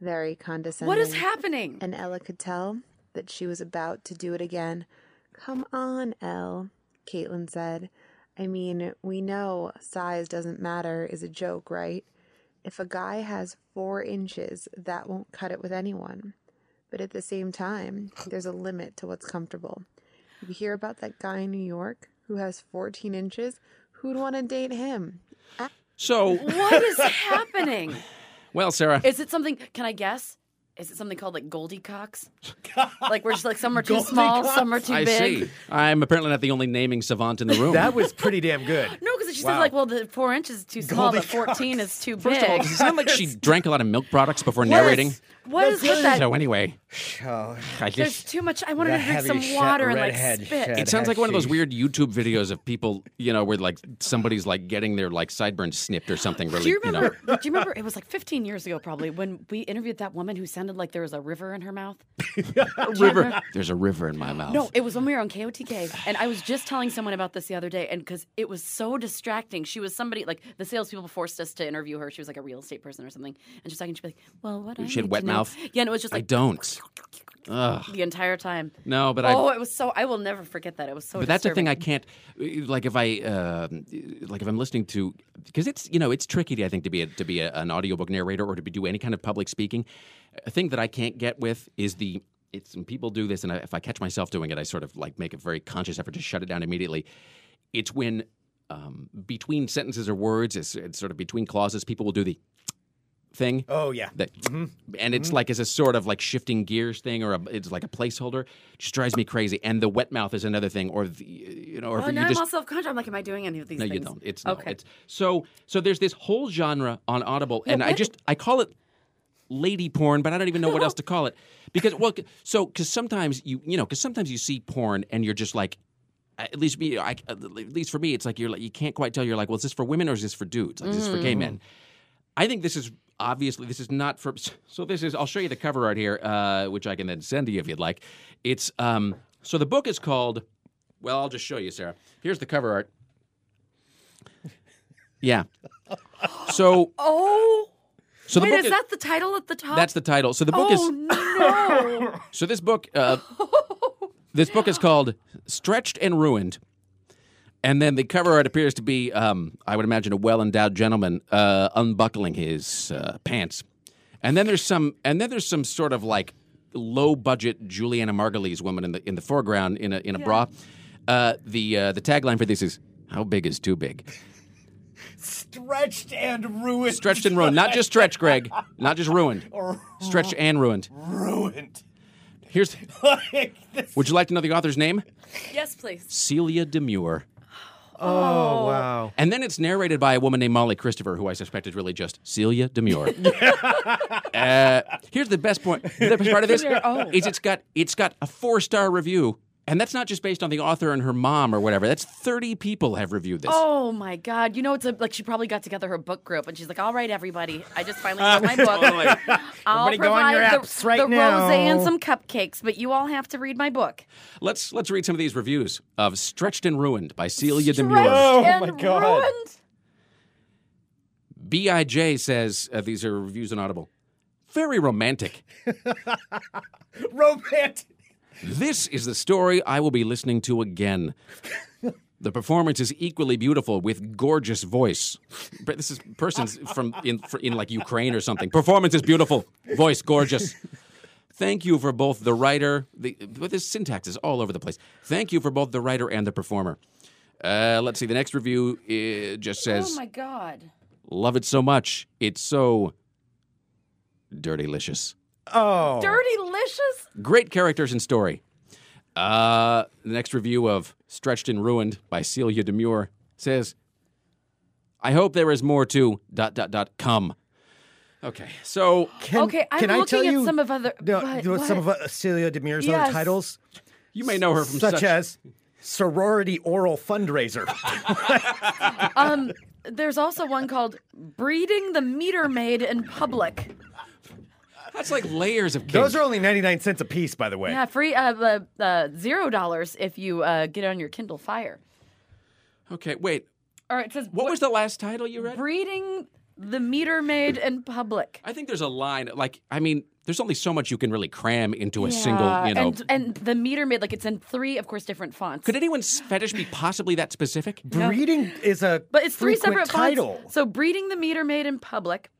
S4: very condescending.
S7: What is happening?
S4: And Ella could tell that she was about to do it again. Come on, Elle, Caitlin said. I mean, we know size doesn't matter is a joke, right? If a guy has four inches, that won't cut it with anyone. But at the same time, there's a limit to what's comfortable. You hear about that guy in New York who has 14 inches? Who'd want to date him?
S8: So,
S7: what is happening?
S8: well, Sarah.
S7: Is it something? Can I guess? Is it something called like Goldie Cox? like we're just like some are too small, some are too
S8: I
S7: big.
S8: see. I'm apparently not the only naming savant in the room.
S6: That was pretty damn good.
S7: No, because she
S6: Wow.
S7: said like, well, the four inches is too small,
S6: Goldie
S7: but fourteen is too
S8: First
S7: big.
S8: of all, does it sound like she drank a lot of milk products before narrating?
S7: Yes. What is with that?
S8: So anyway,
S6: Oh,
S8: I
S7: There's
S8: just.
S7: too much. I wanted
S6: the
S7: to drink some
S6: heavy shit,
S7: water and like
S6: redhead
S7: spit.
S6: shit.
S8: It sounds like one of those
S6: hashish.
S8: weird YouTube videos of people, you know, where like somebody's like getting their like sideburns snipped or something. Really,
S7: Do you
S8: know.
S7: remember? Do you remember? It was like 15 years ago, probably, when we interviewed that woman who sounded like there was a river in her mouth.
S8: river. There's a river in my mouth.
S7: No, it was when we were on KOTK, and I was just telling someone about this the other day, and because it was so distracting, she was somebody like the salespeople forced us to interview her. She was like a real estate person or something, and she's talking. She'd be like, "Well, what I
S8: She had
S7: need
S8: wet
S7: to know-"
S8: mouth?
S7: Yeah, and it was just
S8: I
S7: like
S8: don't.
S7: the entire time.
S8: No, but I.
S7: oh, it was so. I will never forget that. It was so.
S8: but that's the thing I
S7: disturbing.
S8: can't uh, like if I um like if I'm listening to because it's you know it's tricky I think to be a, to be a, an audiobook narrator or to be, do any kind of public speaking. A thing that I can't get with is the it's and people do this and I, if I catch myself doing it I sort of like make a very conscious effort to shut it down immediately. It's when um, between sentences or words, it's, it's sort of between clauses, people will do the thing
S6: Oh yeah.
S8: that and it's like it's a sort of like shifting gears thing or a, it's like a placeholder just drives me crazy and the wet mouth is another thing or the, you know or
S7: Oh,
S8: if
S7: now
S8: you
S7: I'm
S8: just
S7: all self-conscious. I'm like, am I doing any of these
S8: no
S7: things?
S8: you don't it's no,
S7: okay.
S8: it's so so there's this whole genre on audible and i
S7: what-
S8: just i call it lady porn but i don't even know what else to call it because well c- so because sometimes you you know because sometimes you see porn and you're just like at least me, I, at least for me, it's like you're like you can't quite tell. You're like, well, is this for women or is this for dudes? Like, is this for
S7: Mm.
S8: gay men? I think this is obviously this is not for. So this is. I'll show you the cover art here, uh, which I can then send to you if you'd like. It's um. So the book is called. Well, I'll just show you, Sarah. Here's the cover art. Yeah. So
S7: Oh,
S8: so the
S7: wait,
S8: book
S7: is that the title at the top?
S8: that's the title. So the book is.
S7: Oh no!
S8: So this book, uh, this book is called "Stretched and Ruined," and then the cover art appears to be, um, I would imagine, a well-endowed gentleman uh, unbuckling his uh, pants, and then there's some, and then there's some sort of like low-budget Juliana Margulies woman in the in the foreground in a in a bra. Uh, the uh, the tagline for this is "How big is too big."
S6: Stretched and ruined.
S8: Stretched and ruined, not just stretched, Greg, not just ruined, stretched and ruined.
S6: ruined.
S8: Here's.
S6: Like this.
S8: Would you like to know the author's name?
S7: yes, please.
S8: Celia Demure.
S6: Oh wow.
S8: And then it's narrated by a woman named Molly Christopher, who I suspect is really just Celia Demure. uh, here's the best point. The best part of this is it's got it's got a four star review, and that's not just based on the author and her mom or whatever. That's thirty people have reviewed this.
S7: Oh my God! You know, it's a, like she probably got together her book group and she's like, "All right, everybody, I just finally got my book. I'll
S6: Everybody go on your
S7: provide
S6: apps
S7: the,
S6: right
S7: the
S6: now."
S7: rosé and some cupcakes, but you all have to read my book."
S8: Let's let's read some of these reviews of "Stretched and Ruined" by Celia Demure.
S6: Stretched- Oh,
S7: Drenched and
S6: my God.
S7: Ruined.
S8: Bij says uh, these are reviews on Audible. Very romantic.
S6: Romantic.
S8: This is the story I will be listening to again. The performance is equally beautiful with gorgeous voice. But This is persons from in, fr- in like Ukraine or something. Performance is beautiful, voice gorgeous. Thank you for both the writer. The, but this syntax is all over the place. Thank you for both the writer and the performer. Uh, let's see. The next review uh, just
S7: Oh
S8: says,
S7: my God!
S8: "Love it so much. It's so dirtylicious."
S6: Oh.
S7: Dirty licious.
S8: Great characters and story. Uh, the next review of Stretched and Ruined by Celia Demure says, I hope there is more to dot dot dot come. Okay, so
S6: Can,
S7: Okay, I'm
S6: can I
S7: looking
S6: tell
S7: at
S6: you
S7: some of other-
S6: no,
S7: what-
S6: you know, some of
S7: what?
S6: uh, Celia Demure's
S7: Yes.
S6: other titles,
S8: you may know her from
S6: such,
S8: such,
S6: as sorority oral fundraiser.
S7: Um, there's also one called "Breeding the Meter Maid in Public."
S8: that's like layers of
S6: Those
S8: kids.
S6: are only ninety nine cents a piece, by the way.
S7: Yeah, free uh, uh, uh, zero dollars if you uh, get on your Kindle Fire.
S8: okay, wait.
S7: Or it says
S8: What was the last title you read?
S7: breeding the meter maid in public.
S8: I think there's a line like I mean, there's only so much you can really cram into a single, you know.
S7: and and the meter maid like it's in three, of course, different fonts.
S8: could anyone's fetish be possibly that specific?
S6: Breeding is a
S7: but it's three
S6: frequent
S7: separate
S6: title.
S7: fonts. So breeding the meter maid in public.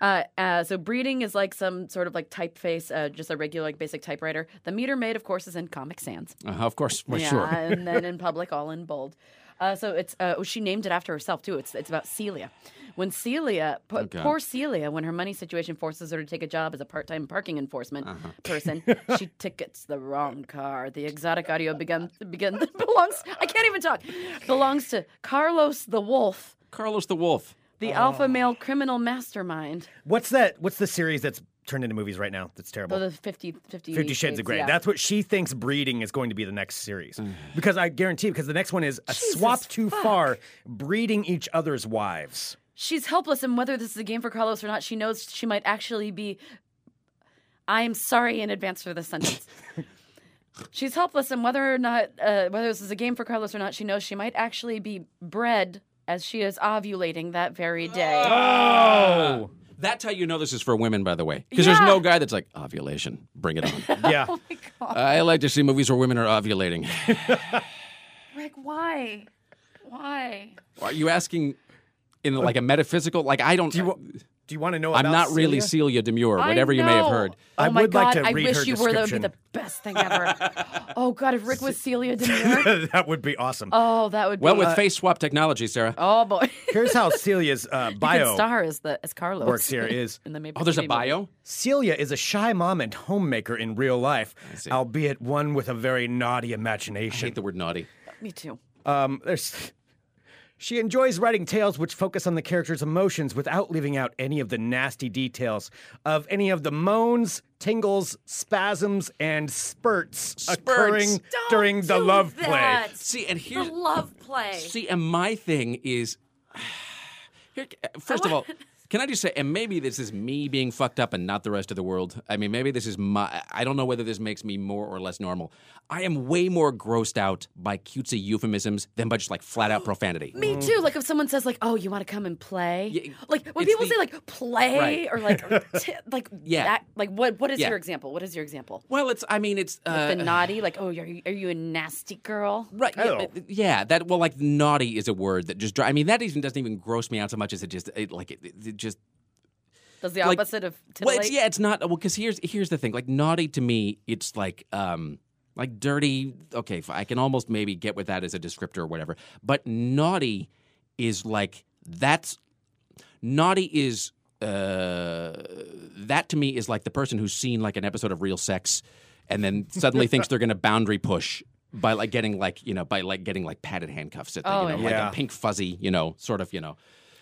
S7: Uh, uh, so breeding is like some sort of like typeface, uh, just a regular like basic typewriter. The meter maid, of course, is in Comic Sans.
S8: Uh, of course, for
S7: yeah,
S8: sure.
S7: and then in public, all in bold. Uh, so it's uh, oh, she named it after herself too. It's it's about Celia. When Celia, po- poor Celia, when her money situation forces her to take a job as a part-time parking enforcement
S6: Uh-huh.
S7: person, she tickets the wrong car. The exotic audio begun begin belongs. I can't even talk. Belongs to Carlos the Wolf,
S8: Carlos the Wolf.
S6: Oh.
S7: the alpha male criminal mastermind.
S6: What's that? What's the series that's turned into movies right now. That's terrible.
S7: Well, the 50, 50
S6: Fifty Shades of Grey. That's what she thinks breeding is going to be the next series.
S8: Mm.
S6: because I guarantee, because the next one is a swap too far, breeding each other's wives.
S7: she's helpless, and whether this is a game for Carlos or not, she knows she might actually be. I am sorry in advance for this sentence. she's helpless, and whether or not uh, whether this is a game for Carlos or not, she knows she might actually be bred as she is ovulating that very day.
S6: Oh,
S8: That's how you know this is for women, by the way. Because there's no guy that's like, ovulation, bring it on.
S7: Oh
S6: yeah.
S8: I like to see movies where women are ovulating.
S7: Like why? Why?
S8: are you asking in like a metaphysical? Like, I don't.
S6: you wa- Do you want to know?
S8: I'm
S6: about
S8: not really
S6: Celia?
S8: Celia Demure,
S7: I
S8: whatever you may have
S7: know.
S8: heard.
S7: Oh
S6: I
S7: my
S6: would like
S7: god,
S6: to
S7: I
S6: read
S7: wish
S6: her
S7: you were. That would be the
S6: description.
S7: best thing ever. oh god, if Rick was Celia Demure,
S6: that would be awesome.
S7: oh, that would be.
S8: Well, with
S6: Uh,
S8: face swap technology, Sarah.
S7: oh boy,
S6: Here's how Celia's uh,
S7: you can
S6: bio
S7: star as the as Carlos
S6: works here is
S7: in the Maple
S8: Oh, there's a
S7: City movie.
S8: bio?
S6: Celia is a shy mom and homemaker in real life, albeit one with a very naughty
S8: I
S6: imagination.
S8: hate the word naughty.
S7: Me too.
S6: Um, there's. She enjoys writing tales which focus on the character's emotions without leaving out any of the nasty details of any of the moans, tingles, spasms, and spurts, occurring
S7: Don't
S6: during the
S7: do
S6: love
S7: that.
S6: play.
S8: See, and
S7: The
S8: here's.
S7: love play.
S8: See, and my thing is, here, uh, first of all, can I just say, and maybe this is me being fucked up and not the rest of the world. I mean, maybe this is my. I don't know whether this makes me more or less normal. I am way more grossed out by cutesy euphemisms than by just like flat out profanity.
S7: Me too. Like if someone says like, "Oh, you want to come and play?"
S8: Yeah,
S7: like when
S8: it's
S7: people
S8: the-
S7: say like "play"
S8: Right.
S7: or like or t- like
S8: Yeah.
S7: that, like what what is
S8: Yeah.
S7: your example? What is your example?
S8: Well, it's. I mean, it's. Uh,
S7: the naughty, like, "Oh, are you, are you a nasty girl?"
S8: Right. Yeah,
S6: Oh.
S8: uh, yeah, That well, like naughty is a word that just. dri- I mean, that even doesn't even gross me out so much as it just it, like it, it just.
S7: Does the
S8: Like-
S7: opposite of
S8: Well,
S7: titillate?
S8: it's, yeah, it's not. Well, because here's here's the thing. Like naughty to me, it's like um like dirty. Okay, fi- I can almost maybe get with that as a descriptor or whatever. But naughty is like that's naughty is. Uh, that to me is like the person who's seen like an episode of Real Sex, and then suddenly thinks they're going to boundary push by like getting like you know by like getting like padded handcuffs at the,
S7: Oh,
S8: you know
S6: yeah.
S8: like a pink fuzzy you know sort of you know.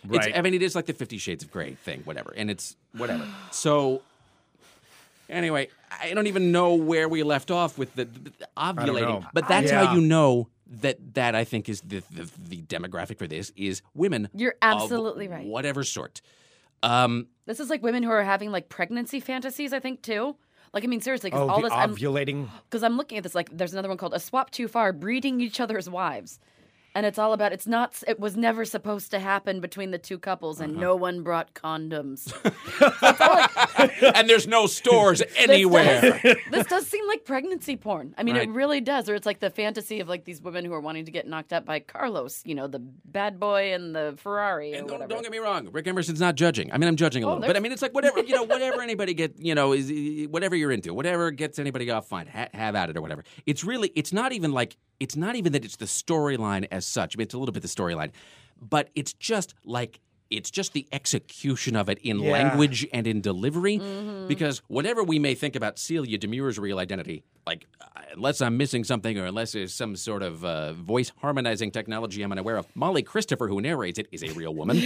S8: It's-
S6: Right.
S8: I mean, it is like the Fifty Shades of Grey thing, whatever, and it's whatever. So Anyway, I don't even know where we left off with the, the- the ovulating,
S6: know.
S8: but that's
S6: Yeah.
S8: how you know that that I think is the the, the demographic for this is women.
S7: You're
S8: of
S7: absolutely right.
S8: Whatever sort. Um,
S7: This is like women who are having like pregnancy fantasies, I think, too. Like, I mean, seriously, because
S6: Oh,
S7: all
S6: the
S7: this, um, I'm
S6: ovulating.
S7: because I'm looking at this. Like, there's another one called "A Swap Too Far: Breeding Each Other's Wives," and it's all about it's not. It was never supposed to happen between the two couples,
S8: Uh-huh.
S7: and no one brought condoms.
S8: and there's no stores anywhere.
S7: this does seem like pregnancy porn. I mean,
S8: Right.
S7: it really does. Or it's like the fantasy of like these women who are wanting to get knocked up by Carlos, you know, the bad boy and the Ferrari
S8: And
S7: or
S8: don't,
S7: whatever. Oh,
S8: don't get me wrong, Rick Emerson's not judging. I mean, I'm judging a little, but
S7: there's-
S8: I mean, it's like whatever you know, whatever anybody get, you know, is whatever you're into, whatever gets anybody off, fine, ha- have at it or whatever. It's really, it's not even like, it's not even that it's the storyline as such. I mean, it's a little bit the storyline, but it's just like. It's just the execution of it in
S6: Yeah.
S8: language and in delivery, because whatever we may think about Celia Demure's real identity, like uh, unless I'm missing something or unless there's some sort of uh, voice harmonizing technology I'm unaware of, Molly Christopher, who narrates it, is a real woman,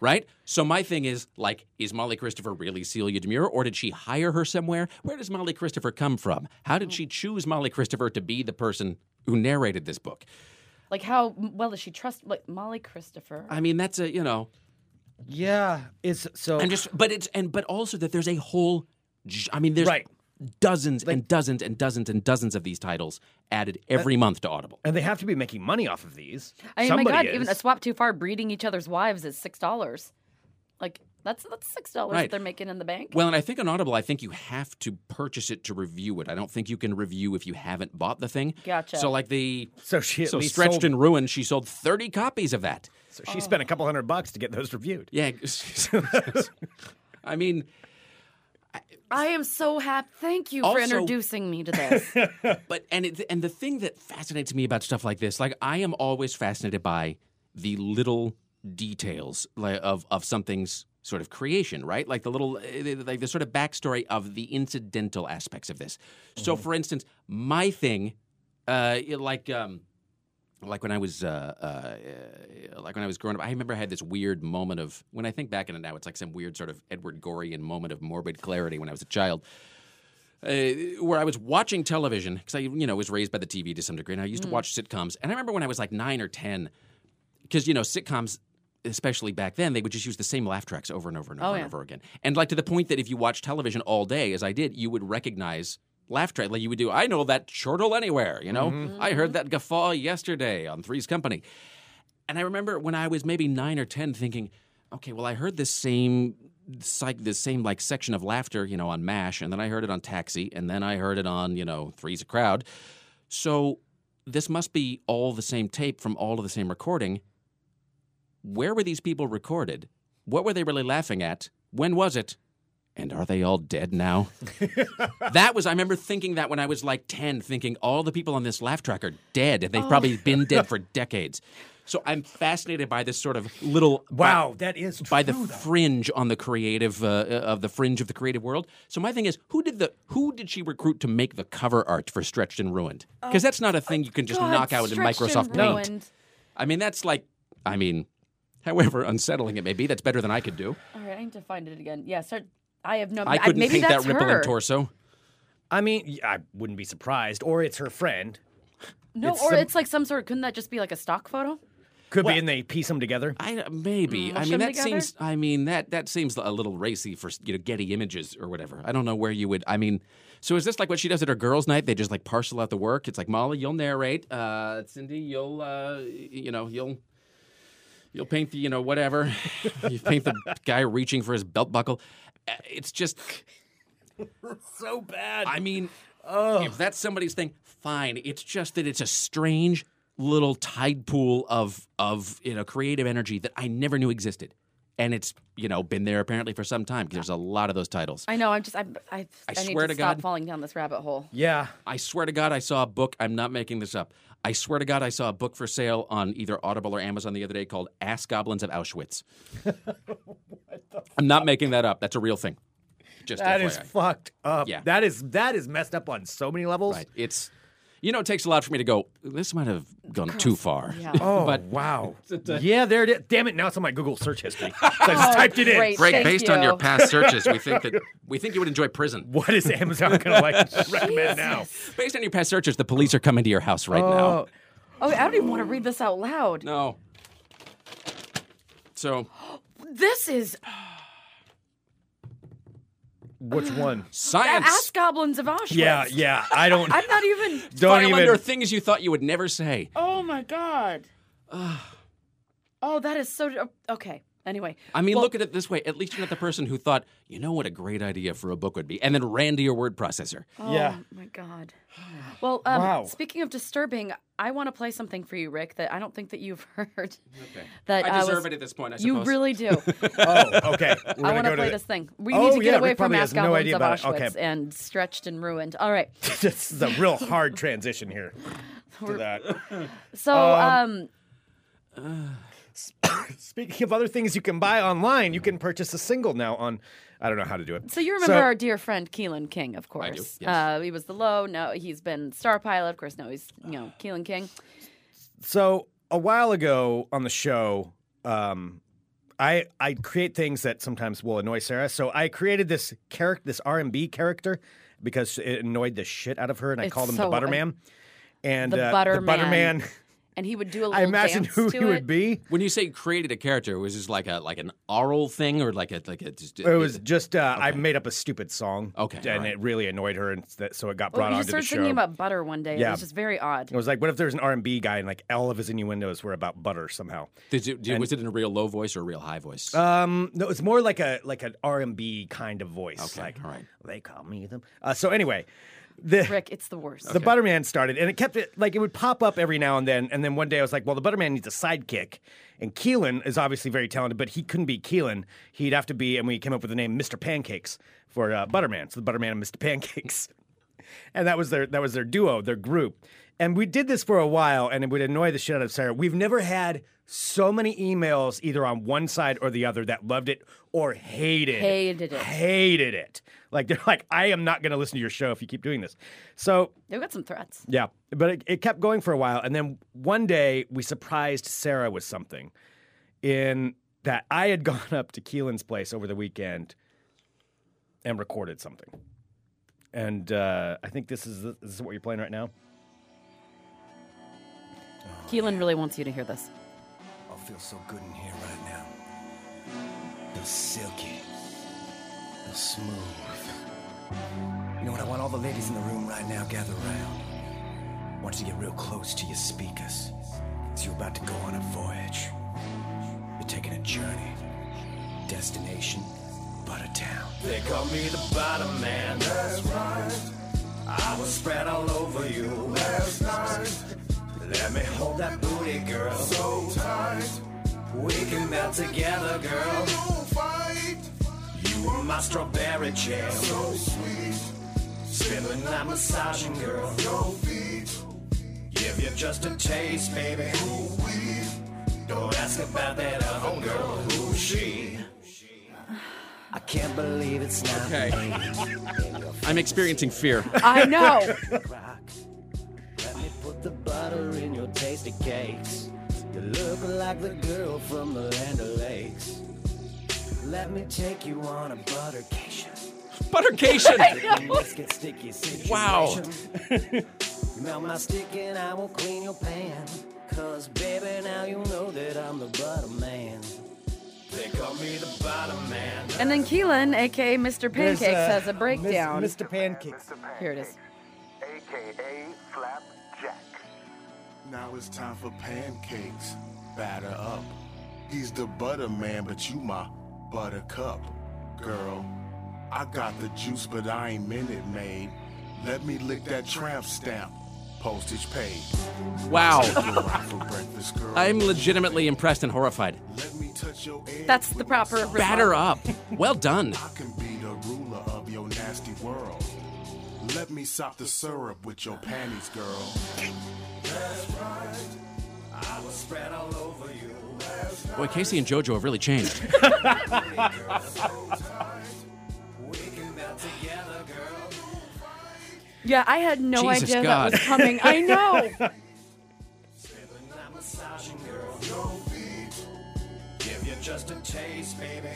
S8: right? So my thing is like, is Molly Christopher really Celia Demure, or did she hire her somewhere? Where does Molly Christopher come from? How did she choose Molly Christopher to be the person who narrated this book?
S7: Like, how well does she trust like Molly Christopher?
S8: I mean, that's a you know,
S6: Yeah, it's so.
S8: and just but it's and but also that there's a whole, j- I mean, there's
S6: Right.
S8: dozens and dozens and dozens and dozens of these titles added
S6: Uh,
S8: every month to Audible.
S6: and they have to be making money off of these.
S7: I mean,
S6: Somebody
S7: my God,
S6: is.
S7: even a swap too far, breeding each other's wives is six dollars. Like that's that's six dollars
S8: Right.
S7: that they're making in the bank.
S8: Well, and I think on Audible, I think you have to purchase it to review it. I don't think you can review if you haven't bought the thing.
S7: Gotcha.
S8: So, like the
S6: So she at
S8: so
S6: least
S8: stretched
S6: sold-
S8: and ruined, she sold thirty copies of that.
S6: so she spent a couple hundred bucks to get those reviewed.
S8: Yeah. I mean,
S7: I am so happy. Thank you
S8: Also-
S7: for introducing me to this.
S8: but and it, and the thing that fascinates me about stuff like this, like I am always fascinated by the little details like, of of something's sort of creation, right? Like the little, eh, like the sort of backstory of the incidental aspects of this. So, for instance, my thing, uh, like. Um, like when I was uh, uh, like when I was growing up, I remember I had this weird moment of when I think back on it now, it's like some weird sort of Edward Gorey moment of morbid clarity when I was a child. Uh, where I was watching television because I, you know, was raised by the TV to some degree, and I
S7: Mm.
S8: used to watch sitcoms. And I remember when I was like nine or ten, because you know sitcoms, especially back then, they would just use the same laugh tracks over and over and over
S7: Oh,
S8: and
S7: yeah.
S8: over again. And like to the point that if you watched television all day, as I did, you would recognize laugh track like you would do. I know that chortle anywhere. You know,
S7: Mm-hmm.
S8: I heard that guffaw yesterday on Three's Company. And I remember when I was maybe nine or ten, thinking, okay, well, I heard this same psych, this same like section of laughter, you know, on Mash, and then I heard it on Taxi, and then I heard it on, you know, Three's a Crowd. So this must be all the same tape from all of the same recording. Where were these people recorded? What were they really laughing at? When was it? And are they all dead now? that was, I remember thinking that when I was like 10, thinking all the people on this laugh track are dead. and They've probably been dead for decades. So I'm fascinated by this sort of little. uh,
S6: Wow, that is
S8: By the
S6: true, though.
S8: fringe on the creative uh, of the fringe of the creative world. So my thing is, who did the who did she recruit to make the cover art for Stretched and Ruined? Because that's not a thing you can just
S7: Oh, God,
S8: knock out in
S7: stretched and
S8: Microsoft Paint.
S7: ruined.
S8: I mean, that's like, I mean, however unsettling it may be, that's better than I could do.
S7: All right, I need to find it again. Yeah, start. I have no.
S8: I couldn't
S7: maybe
S8: paint
S7: that's
S8: that ripple
S7: her.
S8: and torso.
S6: I mean, y- I wouldn't be surprised. Or it's her friend.
S7: No,
S6: It's
S7: or
S6: some-
S7: it's like some sort. Couldn't that just be like a stock photo?
S6: Could
S8: Well-
S6: be, and they piece them together.
S8: I maybe. I
S7: mush
S8: mean,
S7: Mm, them
S8: that
S7: together?
S8: seems. I mean, that that seems a little racy for you know Getty Images or whatever. I don't know where you would. I mean, so is this like what she does at her girls' night? They just like parcel out the work. It's like Molly, you'll narrate. Uh, Cindy, you'll uh, you know you'll. You'll paint the, you know, whatever. you paint the guy reaching for his belt buckle. Uh, It's just,
S6: So bad.
S8: I mean, if that's somebody's thing, fine. It's just that it's a strange little tide pool of of you know creative energy that I never knew existed, and it's you know been there apparently for some time because there's a lot of those titles. I,
S7: I know. I'm just. I. I, I,
S8: swear
S7: need
S8: to
S7: to stop
S8: God.
S7: falling down this rabbit hole.
S6: yeah.
S8: swear to God, I saw a book. I'm not making this up. I swear to God, I saw a book for sale on either Audible or Amazon the other day called "Ass Goblins of Auschwitz." I'm not making that up. That's a real thing. Just
S6: That
S8: FYI.
S6: is fucked up.
S8: Yeah.
S6: That is that is messed up on so many levels.
S8: Right. It's you know, it takes a lot for me to go. This might have gone too far.
S7: Yeah.
S6: Oh wow. yeah, there it is. Damn it! Now it's on my Google search history. So I just
S7: Oh,
S6: typed it in.
S7: great.
S8: Greg,
S7: Thank
S8: based on your
S7: you.
S8: past searches, we think that we think you would enjoy prison.
S6: What is Amazon gonna like recommend now?
S8: Based on your past searches, the police are coming to your house right
S6: Oh,
S8: now.
S7: Oh, I don't even want to read this out loud.
S8: No. So
S7: This is
S6: which one?
S8: science.
S7: ass goblins of Auschwitz.
S6: Yeah, yeah. I don't.
S7: I'm not even.
S6: don't
S8: File
S6: even.
S8: under things you thought you would never say.
S7: Oh my god. oh, that is so. Okay. Anyway,
S8: I mean, look at it this way. At least you're not the person who thought, you know what a great idea for a book would be, and then ran to your word processor.
S7: Oh
S6: Yeah.
S7: my God. Well, um,
S6: Wow.
S7: speaking of disturbing, I want to play something for you, Rick, that I don't think that you've heard. Okay. That
S8: I deserve
S7: was-
S8: it at this point, I
S7: You
S8: suppose.
S7: really do.
S6: oh, okay. We're
S7: I
S6: gonna
S7: want to
S6: go to
S7: play
S6: the-
S7: this thing. We
S6: Oh,
S7: need to get
S6: yeah,
S7: away
S6: Rick
S7: from
S6: probably
S7: mass
S6: has no
S7: goblins
S6: idea
S7: of
S6: about it.
S7: Auschwitz
S6: Okay.
S7: and stretched and ruined. All right.
S6: this is a real hard transition here. To that.
S7: So, um,
S6: Speaking of other things you can buy online, you can purchase a single now on. I don't know how to do it.
S7: So you remember our dear friend Keelan King, of course.
S8: do, yes.
S7: uh, he was the low. Now he's been star pilot. Of course, now he's you know Keelan King.
S6: So a while ago on the show, um, I I create things that sometimes will annoy Sarah. So I created this character, this R and B character, because it annoyed the shit out of her, and I
S7: It's
S6: called him
S7: so-
S6: the Butterman. And
S7: The
S6: uh,
S7: Butterman.
S6: the Butterman.
S7: And he would do a little
S6: I imagine
S7: dance
S6: who
S7: to
S6: he
S7: it.
S6: would be.
S8: When you say created a character, was this like a like an oral thing or like a like a just
S6: It was just uh, I made up a stupid song.
S8: Okay,
S6: and
S8: alright.
S6: it really annoyed her, and that, so it got
S7: Well,
S6: brought
S7: you
S6: onto
S7: just started
S6: the show.
S7: thinking about butter one day. It
S6: Yeah. Oh.
S7: was just very odd.
S6: It was like, what if there's an R and B guy and like all of his innuendos were about butter somehow?
S8: Did you, did, was it in a real low voice or a real high voice?
S6: Um, no, it's more like a like an R and B kind of voice.
S8: Okay,
S6: like,
S8: all right.
S6: They call me them. Uh, so anyway, the
S7: Rick, it's the worst.
S6: the Butterman started, and it kept it like it would pop up every now and then. And then one day I was like, well, the Butterman needs a sidekick, and Keelan is obviously very talented, but he couldn't be Keelan. He'd have to be, and we came up with the name Mr. Pancakes for uh, Butterman. So the Butterman and Mr. Pancakes, and that was their that was their duo, their group. and we did this for a while, and it would annoy the shit out of Sarah. We've never had so many emails either on one side or the other that loved it or hated
S7: Hated it.
S6: hated it. Like they're like, I am not going to listen to your show if you keep doing this. So
S7: They've got some threats.
S6: yeah, but it, it kept going for a while, and then one day we surprised Sarah with something, in that I had gone up to Keelan's place over the weekend and recorded something, and uh, I think this is this is what you're playing right now.
S7: Keelan really wants you to hear this.
S9: I'll feel so good in here right now. Feel silky. Feel smooth. You know what? I want all the ladies in the room right now gather around. I want you to get real close to your speakers. As you're about to go on a voyage. You're taking a journey. Destination, Butter Town. They call me the bottom man. That's right. I was spread all over you last night. Let me hold that booty, girl. So tight. We can melt together, girl. You were my strawberry jam. So sweet. Spilling that massaging, girl. Your feet. Give you just a taste, baby. Don't ask about that other girl. Who's she? I can't believe it's not
S8: Okay.
S9: me.
S8: I'm experiencing fear.
S7: I know.
S9: rock. Let me put the butter in your tasty cakes. You look like the girl from the land of lakes. Let me take you on a buttercation.
S8: Buttercation.
S9: Let's get sticky situation.
S8: Wow.
S9: Melt my stick and I will clean your pan. Cause baby, now you know that I'm the butter man. They call me the butter man.
S7: and then Keelan, aka Mr. Pancakes, has a breakdown.
S6: Mr. uh, Pancakes.
S7: Here it is.
S10: aka Flapjack.
S1: Now it's time for pancakes. Batter up. He's the butter man, but you my buttercup. Girl, I got the juice, but I ain't Minute Maid. Let me lick that tramp stamp. Postage paid.
S8: Wow.
S1: You're right for breakfast, girl.
S8: I'm legitimately impressed and horrified.
S1: Let me touch your egg
S7: That's the
S1: with
S7: proper
S1: my soft-
S7: response.
S8: Batter up. Well done.
S1: I can be the ruler of your nasty world. Let me sop the syrup with your panties, girl.
S8: Boy, Casey and JoJo have really changed.
S7: Yeah, I had no
S8: Jesus
S7: idea
S8: God.
S7: that was coming. I know.
S9: Give you just a taste, baby.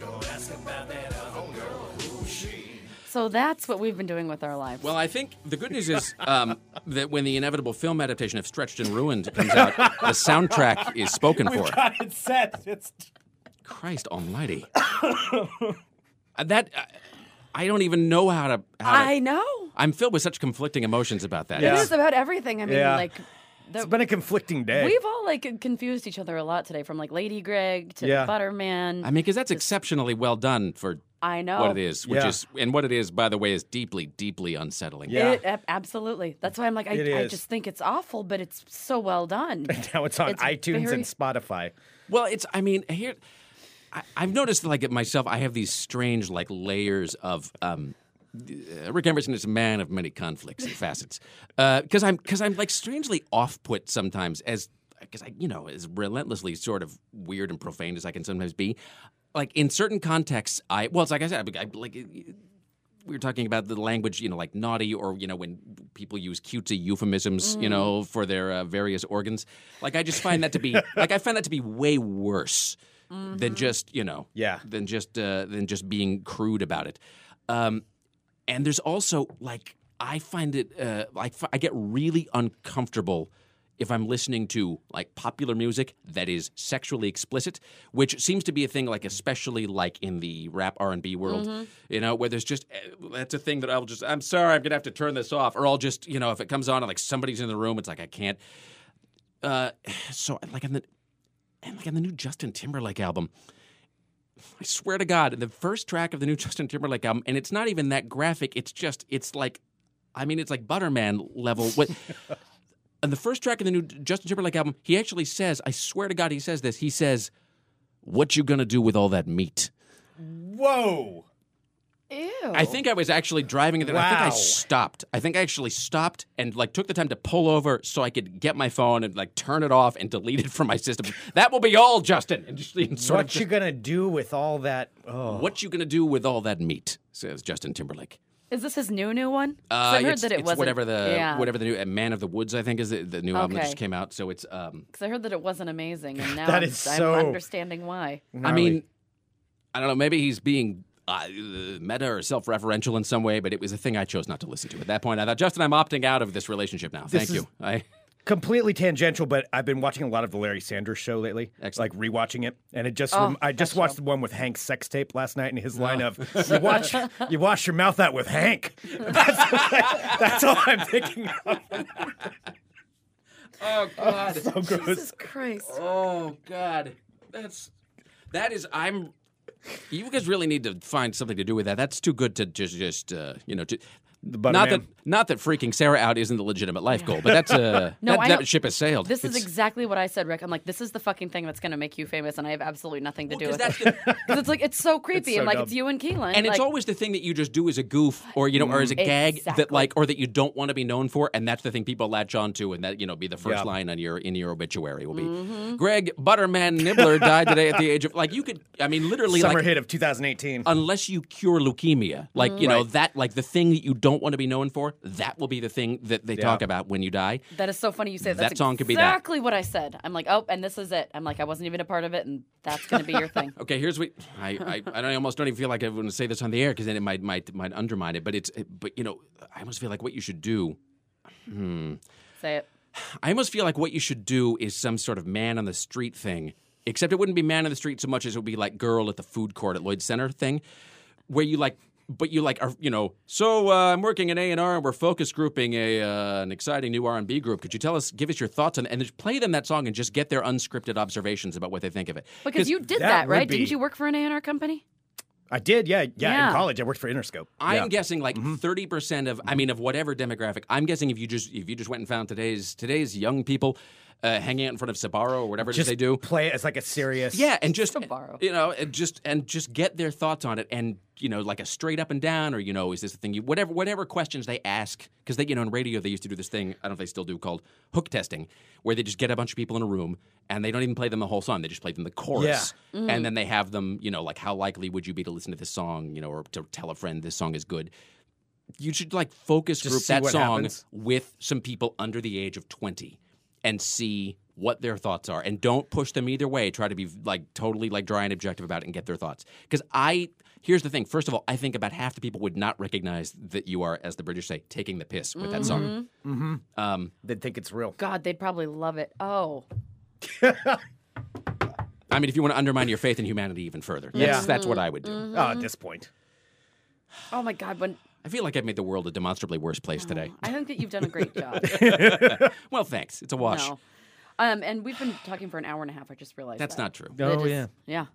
S9: Don't ask about that other girl. Who's she?
S7: So that's what we've been doing with our lives.
S8: Well, I think the good news is um, that when the inevitable film adaptation of Stretched and Ruined comes out, the soundtrack is spoken for.
S6: It's set. It's
S8: Christ Almighty! Uh, that uh, I don't even know how to. How to-
S7: I know.
S8: I'm filled with such conflicting emotions about that.
S6: Yeah.
S7: It is about everything. I mean,
S6: Yeah.
S7: like
S6: it's been a conflicting day.
S7: we've all like confused each other a lot today, from like Lady Greg to
S6: Yeah.
S7: Butterman.
S8: I mean, because that's exceptionally well done for
S7: I know
S8: what it is, which
S6: Yeah.
S8: is, and what it is, by the way, is deeply, deeply unsettling.
S6: Yeah.
S7: It, ab- absolutely. That's why I'm like, I,
S6: It
S7: I
S6: is.
S7: just think it's awful, but it's so well done.
S6: now it's on
S7: It's
S6: iTunes
S7: very-
S6: and Spotify.
S8: Well, it's. I mean, here, I, I've noticed like it myself. I have these strange like layers of. Um, uh, Rick Emerson is a man of many conflicts and facets. Because I'm because I'm like strangely off put sometimes as because I you know as relentlessly sort of weird and profane as I can sometimes be. Like in certain contexts, I well, it's like I said, I, I like. We were talking about the language, you know, like naughty, or you know, when people use cutesy euphemisms, you know, for their uh, various organs. Like I just find that to be, like I find that to be way worse than just, you know,
S6: Yeah.
S8: than just uh, than just being crude about it. Um, and there's also like I find it uh, like f- I get really uncomfortable if I'm listening to like popular music that is sexually explicit, which seems to be a thing like especially like in the rap R and B world, you know, where there's just uh, that's a thing that I'll just I'm sorry I'm gonna have to turn this off, or I'll just you know if it comes on and like somebody's in the room, it's like I can't. Uh, so like in the and like on the new Justin Timberlake album, I swear to God, the first track of the new Justin Timberlake album, and it's not even that graphic. It's just, it's like, I mean, it's like Butterman level. What? on the first track of the new Justin Timberlake album, he actually says, I swear to God, he says this. He says, "What you gonna do with all that meat?"
S6: Whoa.
S7: Ew.
S8: I think I was actually driving and then I think I
S6: Wow.
S8: stopped. I think I actually stopped and like took the time to pull over so I could get my phone and like turn it off and delete it from my system. that will be all, Justin. And just, and sort of
S6: What you gonna do with all that? Oh,
S8: just, what you gonna do with all that meat? Says Justin Timberlake.
S7: Is this his new new one? 'Cause
S8: Uh,
S7: I've heard
S8: it's,
S7: that it
S8: it's
S7: wasn't.
S8: whatever the
S7: yeah.
S8: whatever the new uh, Man of the Woods I think is the, the new album that
S7: Okay.
S8: just came out. So it's um,
S7: Because I heard that it wasn't amazing, and now
S6: That
S7: I'm,
S6: is
S7: I'm
S6: so-
S7: understanding why.
S8: I
S6: gnarly.
S8: mean, I don't know. Maybe he's being uh, meta or self-referential in some way, but it was a thing I chose not to listen to at that point. I thought, Justin, I'm opting out of this relationship now. Thank
S6: is-
S8: you. I
S6: completely tangential, but I've been watching a lot of the Larry Sanders Show lately.
S8: Excellent.
S6: Like rewatching it, and it just
S7: Oh,
S6: rem- I just
S7: excellent.
S6: watched the one with Hank's sex tape last night, and his line of "You wash you wash your mouth out with Hank." That's, that's all I'm thinking of.
S8: oh god,
S6: So gross.
S7: Jesus Christ.
S8: oh god, that's that is I'm. You guys really need to find something to do with that. That's too good to just just uh, you know to.
S6: butter
S8: not
S6: man.
S8: that not that freaking Sarah out isn't the legitimate life goal, but that's uh,
S7: No,
S8: that,
S7: I
S8: that
S7: don't-
S8: ship has sailed.
S7: This is
S8: It's-
S7: exactly what I said, Rick. I'm like, this is the fucking thing that's going to make you famous, and I have absolutely nothing to do
S8: Well,
S7: with
S8: 'cause
S7: it. Because it's like it's so creepy,
S6: so
S7: and like
S6: dumb.
S7: it's you and Keelan,
S8: and it's
S7: like,
S8: always the thing that you just do as a goof or you know or as a gag that
S7: Exactly.
S8: like or that you don't want to be known for and that's the thing people latch on to and that you know be the first
S6: Yeah.
S8: line on your in your obituary will be greg butterman nibbler died today at the age of like you could i mean literally
S6: Summer
S8: like uh,
S6: hit of 2018.
S8: unless you cure leukemia like you know
S6: Right.
S8: that like the thing that you don't want to be known for that will be the thing that they talk about when you die
S7: That is so funny you say that.
S8: That
S7: That's
S8: song could be that.
S7: exactly what I said. I'm like, oh, and this is it. I'm like, I wasn't even a part of it, and that's going to be your thing.
S8: Okay, here's what I, I, I don't- I almost don't even feel like I want to say this on the air because then it might might might undermine it. But it's but you know I almost feel like what you should do
S7: Say it.
S8: I almost feel like what you should do is some sort of man on the street thing, except it wouldn't be man on the street so much as it would be like girl at the food court at Lloyd Center thing, where you like, but you like are you know. So uh, I'm working an A and R, and we're focus grouping a uh, an exciting new R and B group. Could you tell us, give us your thoughts on, and just play them that song and just get their unscripted observations about what they think of it.
S7: Because you did
S6: that
S7: that,
S6: would
S7: right?
S6: be-
S7: Didn't you work for an A&R company?
S6: I did, yeah, yeah,
S7: Yeah.
S6: In college, I worked for Interscope.
S8: I'm
S6: yeah. Mm-hmm.
S8: guessing like 30 percent of I mean of whatever demographic. I'm guessing if you just if you just went and found today's today's young people. Uh, hanging out in front of Sabaro or whatever it is
S6: just
S8: they do.
S6: play it as like a serious.
S8: Yeah, and just
S7: Sbarro.
S8: you know, and just and just get their thoughts on it, and you know, like a straight up and down, or you know, is this the thing? You whatever whatever questions they ask, because they you know in radio they used to do this thing. I don't know if they still do called hook testing, where they just get a bunch of people in a room and they don't even play them the whole song; they just play them the chorus, and then they have them you know like how likely would you be to listen to this song, you know, or to tell a friend this song is good. You should like focus
S6: Just
S8: group
S6: see
S8: that
S6: what
S8: song
S6: happens.
S8: with some people under the age of 20 and see what their thoughts are and don't push them either way try to be like totally like dry and objective about it and get their thoughts because i here's the thing first of all i think about half the people would not recognize that you are as the british say taking the piss with that
S7: Mm-hmm.
S8: song
S6: They'd think it's real.
S7: God, they'd probably love it. Oh,
S8: i mean if you want to undermine your faith in humanity even further that's,
S6: Yeah.
S8: that's what i would do
S7: Mm-hmm.
S6: Oh, at this point.
S7: oh my God. When
S8: i feel like i've made the world a demonstrably worse place today
S7: Oh, I think that you've done a great job.
S8: well thanks it's a wash
S7: No. Um, and we've been talking for an hour and a half. I just realized
S8: that's
S7: that.
S8: not true
S6: Oh,
S7: That is- yeah.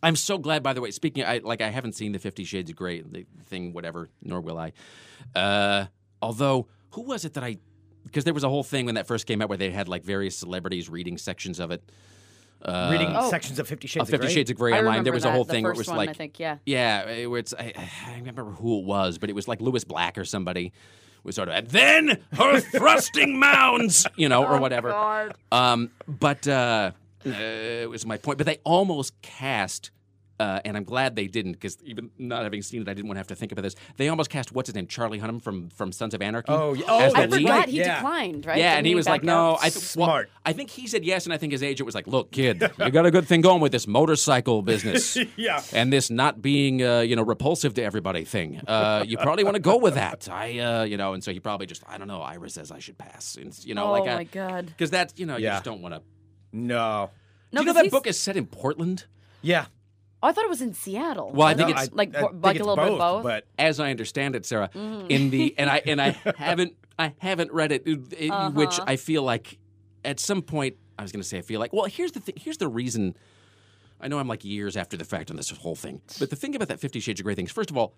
S8: I'm so glad, by the way. Speaking, I like I haven't seen the Fifty Shades of Grey the thing, whatever. Nor will I. Uh, although, who was it that I? Because there was a whole thing when that first came out where they had like various celebrities reading sections of it. Uh,
S6: Reading
S7: Oh.
S6: sections of Fifty Shades
S8: of Fifty
S6: Grey.
S8: Shades of Grey
S7: I
S8: online, there
S7: remember
S8: was a whole
S7: that, the
S8: thing where it
S7: first
S8: was
S7: one,
S8: like,
S7: I think, yeah.
S8: yeah, it- where it's I, I don't remember who it was, but it was like Lewis Black or somebody was sort of, and then her thrusting mounds, you know, or whatever. Um, but uh, uh, it was my point. But they almost cast, uh, and I'm glad they didn't because even not having seen it, I didn't want to have to think about this. They almost cast what's his name, Charlie Hunnam from from Sons of Anarchy.
S6: Oh, yeah. Oh,
S8: as the
S7: I
S6: that's
S8: lead.
S7: forgot
S6: right,
S7: he
S6: yeah.
S7: declined, right?
S8: Yeah,
S7: Didn't
S8: and he was
S7: back
S8: like,
S7: out?
S8: "No, I th- well,
S6: Smart.
S8: I think he said yes, and I think his agent was like, "Look, kid, you got a good thing going with this motorcycle business,
S6: Yeah.
S8: and this not being, uh, you know, repulsive to everybody thing. Uh, you probably want to go with that. I, uh, you know, and so he probably just, I don't know. Ira says I should pass, and you know,
S7: Oh
S8: like,
S7: my God.
S8: because that, you know, you
S6: Yeah.
S8: just don't want to.
S6: No.
S7: No,
S8: you know
S7: 'cause
S8: that
S7: he's-
S8: book is set in Portland.
S6: Yeah.
S7: Oh, I thought it was in Seattle.
S8: Well, I
S7: Wasn't
S8: think
S7: it?
S8: it's-
S7: like
S6: I
S7: bo-
S6: think
S7: like
S6: it's
S7: a little bit of both.
S6: But
S8: as I understand it, Sarah, in the and I and I haven't I haven't read it, it- which I feel like at some point I was going to say I feel like well here's the thing here's the reason I know I'm like years after the fact on this whole thing, but the thing about that Fifty Shades of Grey thing is first of all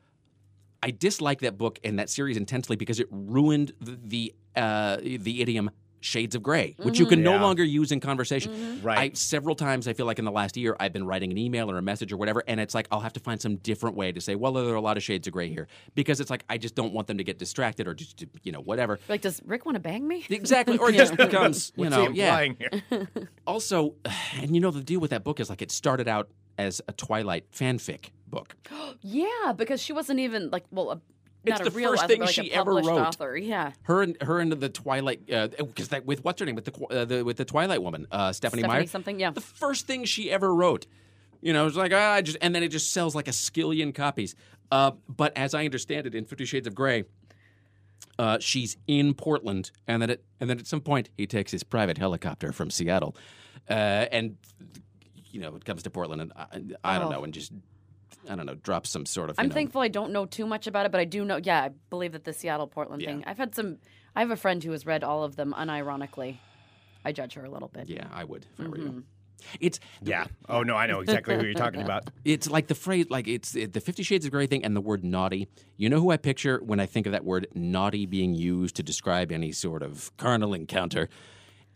S8: I dislike that book and that series intensely because it ruined the the, uh, the idiom shades of gray, which you can no
S6: Yeah.
S8: longer use in conversation.
S7: Mm-hmm.
S6: Right.
S8: I, several times, I feel like in the last year, I've been writing an email or a message or whatever, and it's like I'll have to find some different way to say, well, there are a lot of shades of gray here, because it's like I just don't want them to get distracted or just, you know, whatever.
S7: Like, does Rick want to bang me?
S8: Exactly. Or it
S7: Yeah.
S8: just becomes, you
S6: What's
S8: know,
S6: he
S8: yeah
S6: implying here?
S8: also, and you know, the deal with that book is like it started out as a Twilight fanfic book.
S7: yeah, because she wasn't even like well, a, not
S8: It's
S7: a
S8: the
S7: real
S8: first
S7: author,
S8: thing
S7: but, like
S8: she
S7: a
S8: ever
S7: published
S8: wrote.
S7: Author. Yeah,
S8: Her and her and the Twilight, because that with what's her name with the, qu- uh, the with the Twilight woman, uh, Stephanie,
S7: Stephanie
S8: Meyer.
S7: something, yeah.
S8: the first thing she ever wrote. You know, it's like ah, I just and then it just sells like a skillion copies. Uh, but as I understand it, in Fifty Shades of Grey, uh, she's in Portland, and then at, and then at some point he takes his private helicopter from Seattle, uh, and you know it comes to Portland, and I, I don't
S7: Oh.
S8: know, and just I don't know, drops some sort of. you
S7: I'm
S8: know-
S7: thankful I don't know too much about it, but I do know. Yeah, I believe that the Seattle Portland thing. I've had some. I have a friend who has read all of them unironically. I judge her a little bit.
S8: Yeah, I would if I were
S7: Mm-hmm.
S8: you. It's
S6: yeah. Oh no, I know exactly who you're talking about.
S8: It's like the phrase, like it's it, the Fifty Shades of Grey thing and the word naughty. You know who I picture when I think of that word naughty being used to describe any sort of carnal encounter?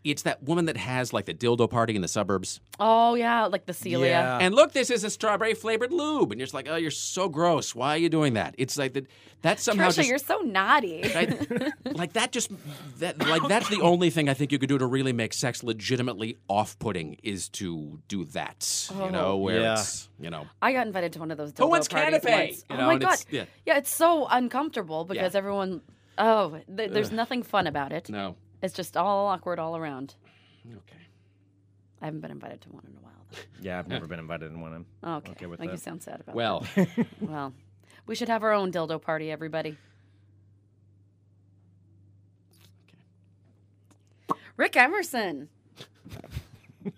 S8: It's that woman that has like the dildo party in the suburbs.
S7: Oh yeah, like the Celia.
S6: Yeah.
S8: And look, this is a strawberry flavored lube. And you're just like, oh, you're so gross. Why are you doing that? It's like that, that's somehow
S7: Trisha,
S8: just.
S7: you're so naughty.
S8: I- like that just that like that's the only thing I think you could do to really make sex legitimately off-putting is to do that. You know, where
S6: Yeah.
S8: it's you know
S7: I got invited to one of those.
S8: Who
S7: dildo
S8: wants
S7: parties
S8: canapé?
S7: once.
S8: You
S7: Oh
S8: know,
S7: my
S8: and
S7: god!
S8: it's- yeah.
S7: it's so uncomfortable because
S8: Yeah.
S7: everyone. Oh, th- there's nothing fun about it.
S8: no.
S7: It's just all awkward all around.
S8: Okay.
S7: I haven't been invited to one in a while.
S6: Yeah, I've never been invited in one. I'm
S7: Though. Okay,
S6: Okay with
S7: like you
S6: that.
S7: sound sad about.
S8: Well,
S7: that. well, we should have our own dildo party, everybody. Rick Emerson.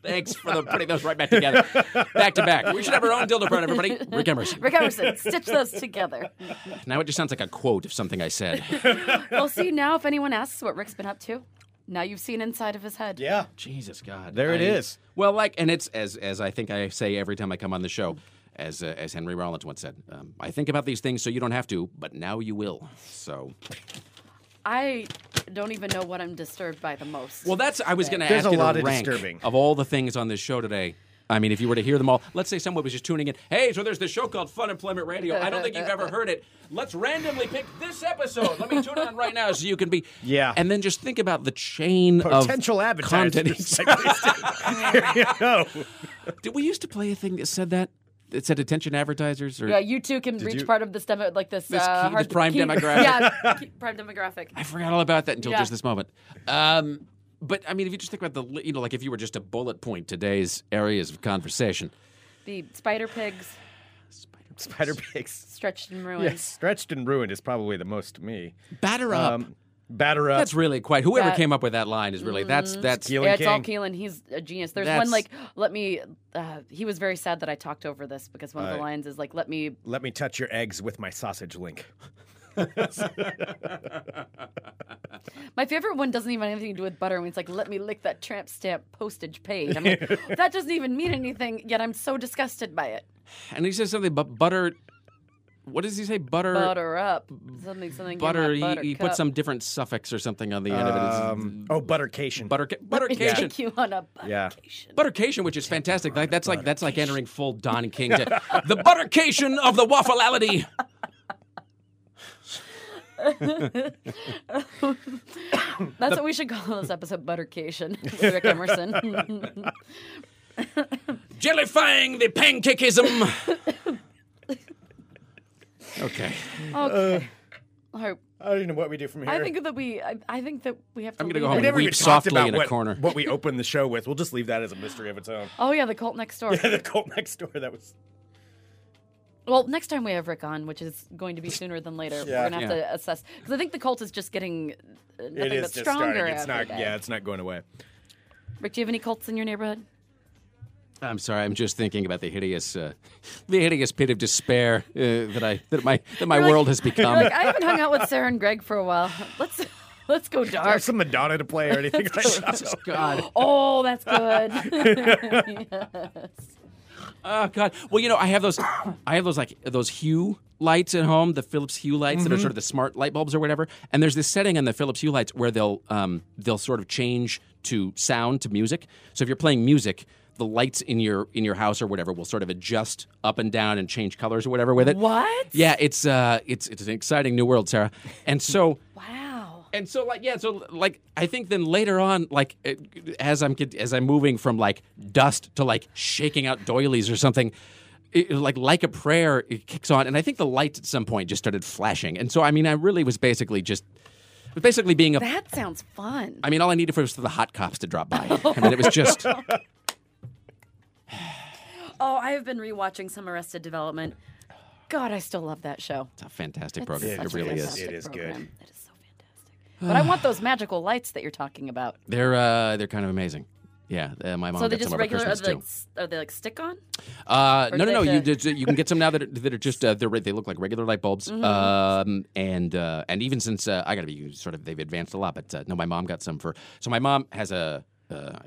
S8: thanks for the putting those right back together, back to back. We should have our own dildo part, everybody. Rick Emerson.
S7: Rick Emerson, stitch those together.
S8: Now it just sounds like a quote of something I said.
S7: We'll see now if anyone asks what Rick's been up to. Now you've seen inside of his head.
S6: yeah.
S8: Jesus God.
S6: There it
S8: I-
S6: is.
S8: Well, like, and it's as as I think I say every time I come on the show, as uh, as Henry Rollins once said, um, I think about these things so you don't have to, but now you will. So.
S7: I don't even know what I'm disturbed by the most.
S8: Well, that's I was going to ask
S6: There's a
S8: you to
S6: lot of
S8: rank
S6: disturbing.
S8: of all the things on this show today. I mean, if you were to hear them all, let's say someone was just tuning in. Hey, so there's this show called Fun Employment Radio. I don't think you've ever heard it. Let's randomly pick this episode. Let me tune in right now so you can be.
S6: Yeah.
S8: And then just think about the chain
S6: Potential
S8: of
S6: advertisers.
S8: content.
S6: Here you go.
S8: Did we used to play a thing that said that? That said attention advertisers? Or
S7: yeah, you too can reach
S6: you-
S7: part of this demo, like this,
S8: This
S7: uh,
S8: key-
S7: hard-
S8: this prime
S7: key-
S8: demographic.
S7: Yeah, key- prime demographic.
S8: I forgot all about that until
S7: Yeah.
S8: just this moment. Um, but I mean, if you just think about the, li- you know, like if you were just to bullet point today's areas of conversation.
S7: The spider pigs
S6: Spider pigs.
S7: stretched and ruined.
S6: Yes, stretched and ruined is probably the most to me.
S8: Batter up.
S6: Um, batter up.
S8: Uh, That's really quite. Whoever
S7: That- Mm-hmm.
S8: came up with that line is really that's that's.
S6: Keelan
S7: Yeah, it's all
S6: King.
S7: Keelan. He's a genius. There's
S8: That's-
S7: one like, let me. Uh, he was very sad that I talked over this because one of the
S6: Right.
S7: lines is like, let me.
S6: Let me touch your eggs with my sausage link.
S7: My favorite one doesn't even have anything to do with butter. When it's like, let me lick that tramp stamp postage paid. I'm like, that doesn't even mean anything. Yet I'm so disgusted by it.
S8: And he says something about butter. What does he say? Butter.
S7: Butter up, something, something.
S8: butter,
S7: In my
S8: he, he
S7: buttercup.
S8: put some different suffix or something on the end of it. It's
S6: Um, oh, buttercation.
S8: Mm. butter,
S7: Let me
S8: buttercation.
S7: take you on a
S6: Yeah.
S7: buttercation.
S8: Buttercation, which is fantastic. Like that's like that's like entering full Don King. To, the buttercation of the waffleality.
S7: That's what we should call this episode, buttercation. with Rick Emerson.
S8: Jellyfying the pancakeism. okay.
S7: okay. All right.
S6: Uh, I don't know what we do from here.
S7: I think that we. I, I think that we have to.
S8: I'm gonna go
S7: leave it.
S8: home
S6: we never
S8: Weep
S6: even talked
S8: softly
S6: about
S8: in a
S6: what,
S8: corner.
S6: what we opened the show with. We'll just leave that as a mystery of its own.
S7: Oh yeah, the cult next door.
S6: the cult next door. That was.
S7: Well, next time we have Rick on, which is going to be sooner than later,
S6: Yeah.
S7: we're gonna have
S8: Yeah.
S7: to assess because I think the cult is just getting uh, nothing
S6: it is
S7: but
S6: just
S7: stronger.
S6: starting. It's
S7: every
S6: not.
S7: day.
S6: Yeah, it's not going away.
S7: Rick, do you have any cults in your neighborhood?
S8: I'm sorry. I'm just thinking about the hideous, uh, the hideous pit of despair uh, that I that my that my
S7: You're like-
S8: world has
S7: you're
S8: become.
S7: like I haven't hung out with Sarah and Greg for a while. Let's let's go
S6: I
S7: dark.
S6: have some Madonna to play or anything. right now.
S8: Jesus God.
S7: Oh, that's good.
S8: Oh God. Well, you know, I have those. I have those like those hue lights at home, the Philips Hue lights that are sort of the smart light bulbs or whatever. And there's this setting on the Philips Hue lights where they'll um, they'll sort of change to sound to music. So if you're playing music, the lights in your in your house or whatever will sort of adjust up and down and change colors or whatever with it.
S7: What?
S8: Yeah, it's uh, it's it's an exciting new world, Sarah. And so.
S7: Wow.
S8: And so, like, yeah, so like, I think then later on, like, it- as I'm get- as I'm moving from like dust to like shaking out doilies or something, it, like like a prayer, it kicks on, and I think the lights at some point just started flashing, and so I mean, I really was basically just was basically being a. I
S7: That sounds fun.
S8: mean, all I needed was for the hot cops to drop by. I mean, it was just.
S7: Oh, I have been rewatching some Arrested Development. God, I still love that show.
S8: It's a fantastic
S7: That's
S8: program.
S7: such
S8: It
S7: a
S8: really is.
S7: fantastic
S6: It is good.
S7: program. It is so fantastic. But I want those magical lights that you're talking about.
S8: They're uh, they're kind of amazing. Yeah, uh, my mom
S7: so
S8: got
S7: they're just
S8: some over
S7: regular. Are
S8: Christmas
S7: they,
S8: too.
S7: like, s- are they like stick on?
S8: Uh,
S7: Or
S8: no,
S7: do
S8: no, no.
S7: they
S8: You,
S7: have to-
S8: did- you can get some now that are, that are just uh, they're, re- they look like regular light bulbs.
S7: Mm-hmm.
S8: Um, and uh, and even since uh, I gotta be sort of they've advanced a lot, but uh, no, my mom got some for. So my mom has a. Uh,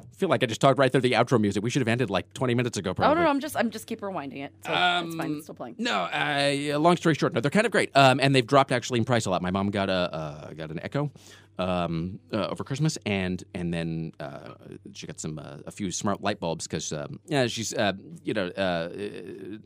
S8: I feel like I just talked right through the outro music. We should have ended like twenty minutes ago.
S7: Oh
S8: Probably.
S7: no, no, I'm just I'm just keep rewinding it. So it's fine. It's still playing.
S8: No, uh, yeah, long story short, no, they're kind of great, um, and they've dropped actually in price a lot. My mom got a uh, got an Echo um, uh, over Christmas, and and then uh, she got some uh, a few smart light bulbs because um, yeah, she's uh, you know uh,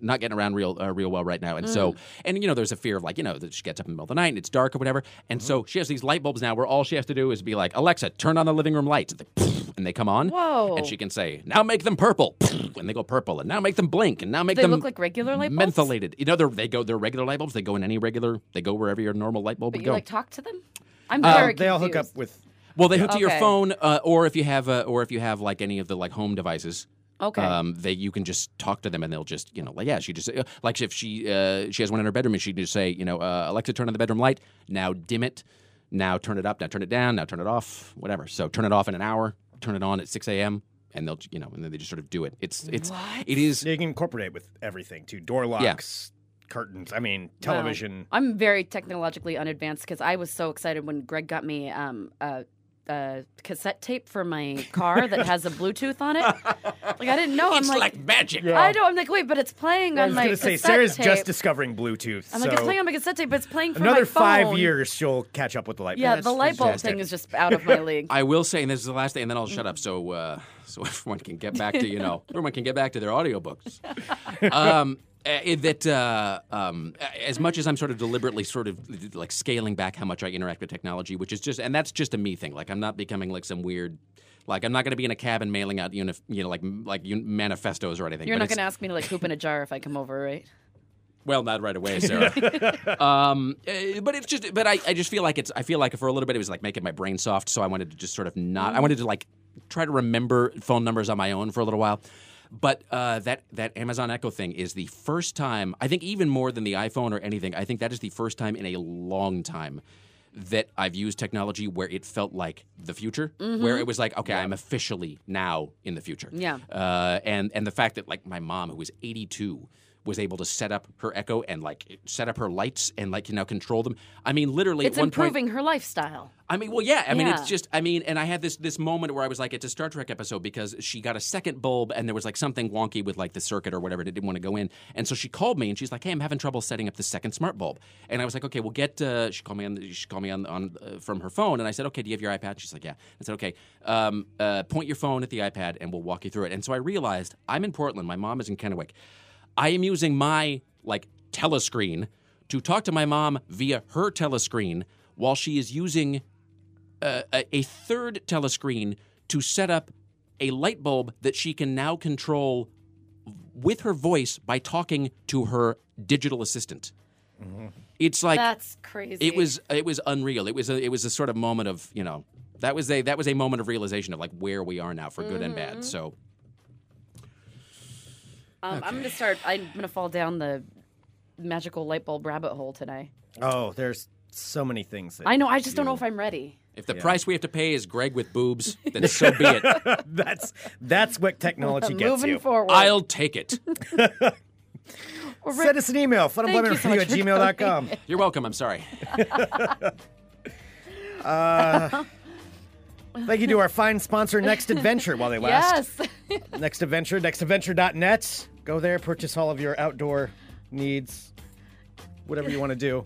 S8: not getting around real uh, real well right now, and
S7: Mm.
S8: so and you know there's a fear of like you know that she gets up in the middle of the night and it's dark or whatever, and
S7: Mm-hmm.
S8: so she has these light bulbs now where all she has to do is be like Alexa, turn on the living room lights, and they, and they come on,
S7: Whoa.
S8: and she can say now make them purple, and they go purple, and now make them blink, and now make
S7: They
S8: them
S7: look like regular light bulbs?
S8: mentholated. You know, they're, they go. They're regular light bulbs. They go in any regular. They go wherever your normal light bulb
S7: But
S8: would
S7: you
S8: go.
S7: like talk to them? I'm
S6: They all-
S7: very
S6: Uh, they all hook up
S7: confused.
S6: with.
S8: well, they hook to your
S7: Okay.
S8: phone, uh, or if you have, uh, or if you have like any of the like home devices.
S7: Oh, Okay.
S8: Um, they you can just talk to them and they'll just you know like yeah she just uh, like if she uh, she has one in her bedroom and she can just say you know uh, Alexa turn on the bedroom light now dim it now turn it up now turn it down now turn it off whatever so turn it off in an hour turn it on at six a.m. and they'll you know and then they just sort of do it it's it's it is
S6: You can incorporate with everything too. Door locks, curtains. I mean,
S7: Wow.
S6: television.
S7: I'm very technologically unadvanced because I was so excited when Greg got me um, a, a cassette tape for my car that has a Bluetooth on it. Like I didn't know.
S8: it's
S7: I'm like,
S8: like magic
S7: I know. I'm like, wait, but it's playing
S6: I
S7: on
S6: was
S7: my
S6: gonna say
S7: cassette
S6: Sarah's
S7: tape.
S6: just discovering Bluetooth.
S7: I'm like, it's
S6: so
S7: playing on my cassette tape, but it's playing for my
S6: another five
S7: phone.
S6: years, she'll catch up with the light. bulb.
S7: Yeah,
S6: That's
S7: the light bulb
S6: fantastic.
S7: thing is just out of my league.
S8: I will say, and this is the last thing, and then I'll shut
S7: Mm.
S8: up so uh, so everyone can get back to you know everyone can get back to their audiobooks. Um, eh, that uh, um, as much as I'm sort of deliberately sort of like scaling back how much I interact with technology, which is just and that's just a me thing. Like I'm not becoming like some weird. Like I'm not going to be in a cabin mailing out unif- you know like like un- manifestos or anything.
S7: You're
S8: but
S7: not
S8: it's-
S7: going to ask me to like poop in a jar if I come over, right?
S8: well, not right away, Sarah. um, eh, but it's just, but I, I just feel like it's, I feel like for a little bit it was like making my brain soft. So I wanted to just sort of not, I wanted to like try to remember phone numbers on my own for a little while. But uh, that that Amazon Echo thing is the first time, I think, even more than the iPhone or anything. I think that is the first time in a long time that I've used technology where it felt like the future, where it was like, okay, I'm officially now in the future.
S7: Yeah.
S8: Uh, and and the fact that like my mom, who was 82, was able to set up her Echo and like set up her lights and like you know control them. I mean, literally,
S7: It's
S8: at one point,
S7: improving her lifestyle.
S8: I mean, well, yeah. I mean, it's
S7: Yeah.
S8: just. I mean, and I had this this moment where I was like, it's a Star Trek episode because she got a second bulb and there was like something wonky with like the circuit or whatever. and It didn't want to go in, and so she called me and she's like, hey, I'm having trouble setting up the second smart bulb. And I was like, okay, well, get. Uh, she called me on. the- She called me on on uh, from her phone, and I said, okay, do you have your iPad? She's like, yeah. I said, okay, um, uh, point your phone at the iPad and we'll walk you through it. And so I realized I'm in Portland. My mom is in Kennewick. I am using my like telescreen to talk to my mom via her telescreen while she is using uh, a, a third telescreen to set up a light bulb that she can now control with her voice by talking to her digital assistant. It's like
S7: That's crazy.
S8: it was it was unreal. It was a, it was a sort of moment of you know that was a that was a moment of realization of like where we are now for good and
S7: Mm-hmm.
S8: bad. So
S7: Um, I'm going to start. I'm going to fall down the magical light bulb rabbit hole today.
S6: Oh, there's so many things. That
S7: I know. I just don't know if I'm ready.
S8: if the price we have to pay is Greg with boobs, then so be it.
S6: that's that's what technology gets
S7: Moving
S6: you.
S7: forward.
S8: I'll take it.
S6: Send us an email,
S7: Thank you so
S6: funemploymentradio
S7: much
S6: at
S7: for
S6: gmail.com.
S8: You're welcome. I'm sorry.
S6: Thank you to our fine sponsor, Next Adventure, while they last.
S7: yes.
S6: Next Adventure, nextadventure.net. Go there, purchase all of your outdoor needs. whatever you want to do.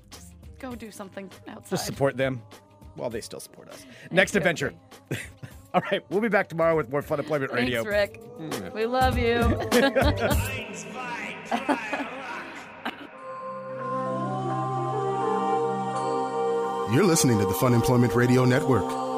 S7: Go do something outside.
S6: Just support them while they still support us. Next adventure. All right, we'll be back tomorrow with more Fun Employment
S7: Thanks,
S6: Radio. Mm.
S7: Rick. We love you.
S1: You're listening to the Fun Employment Radio Network.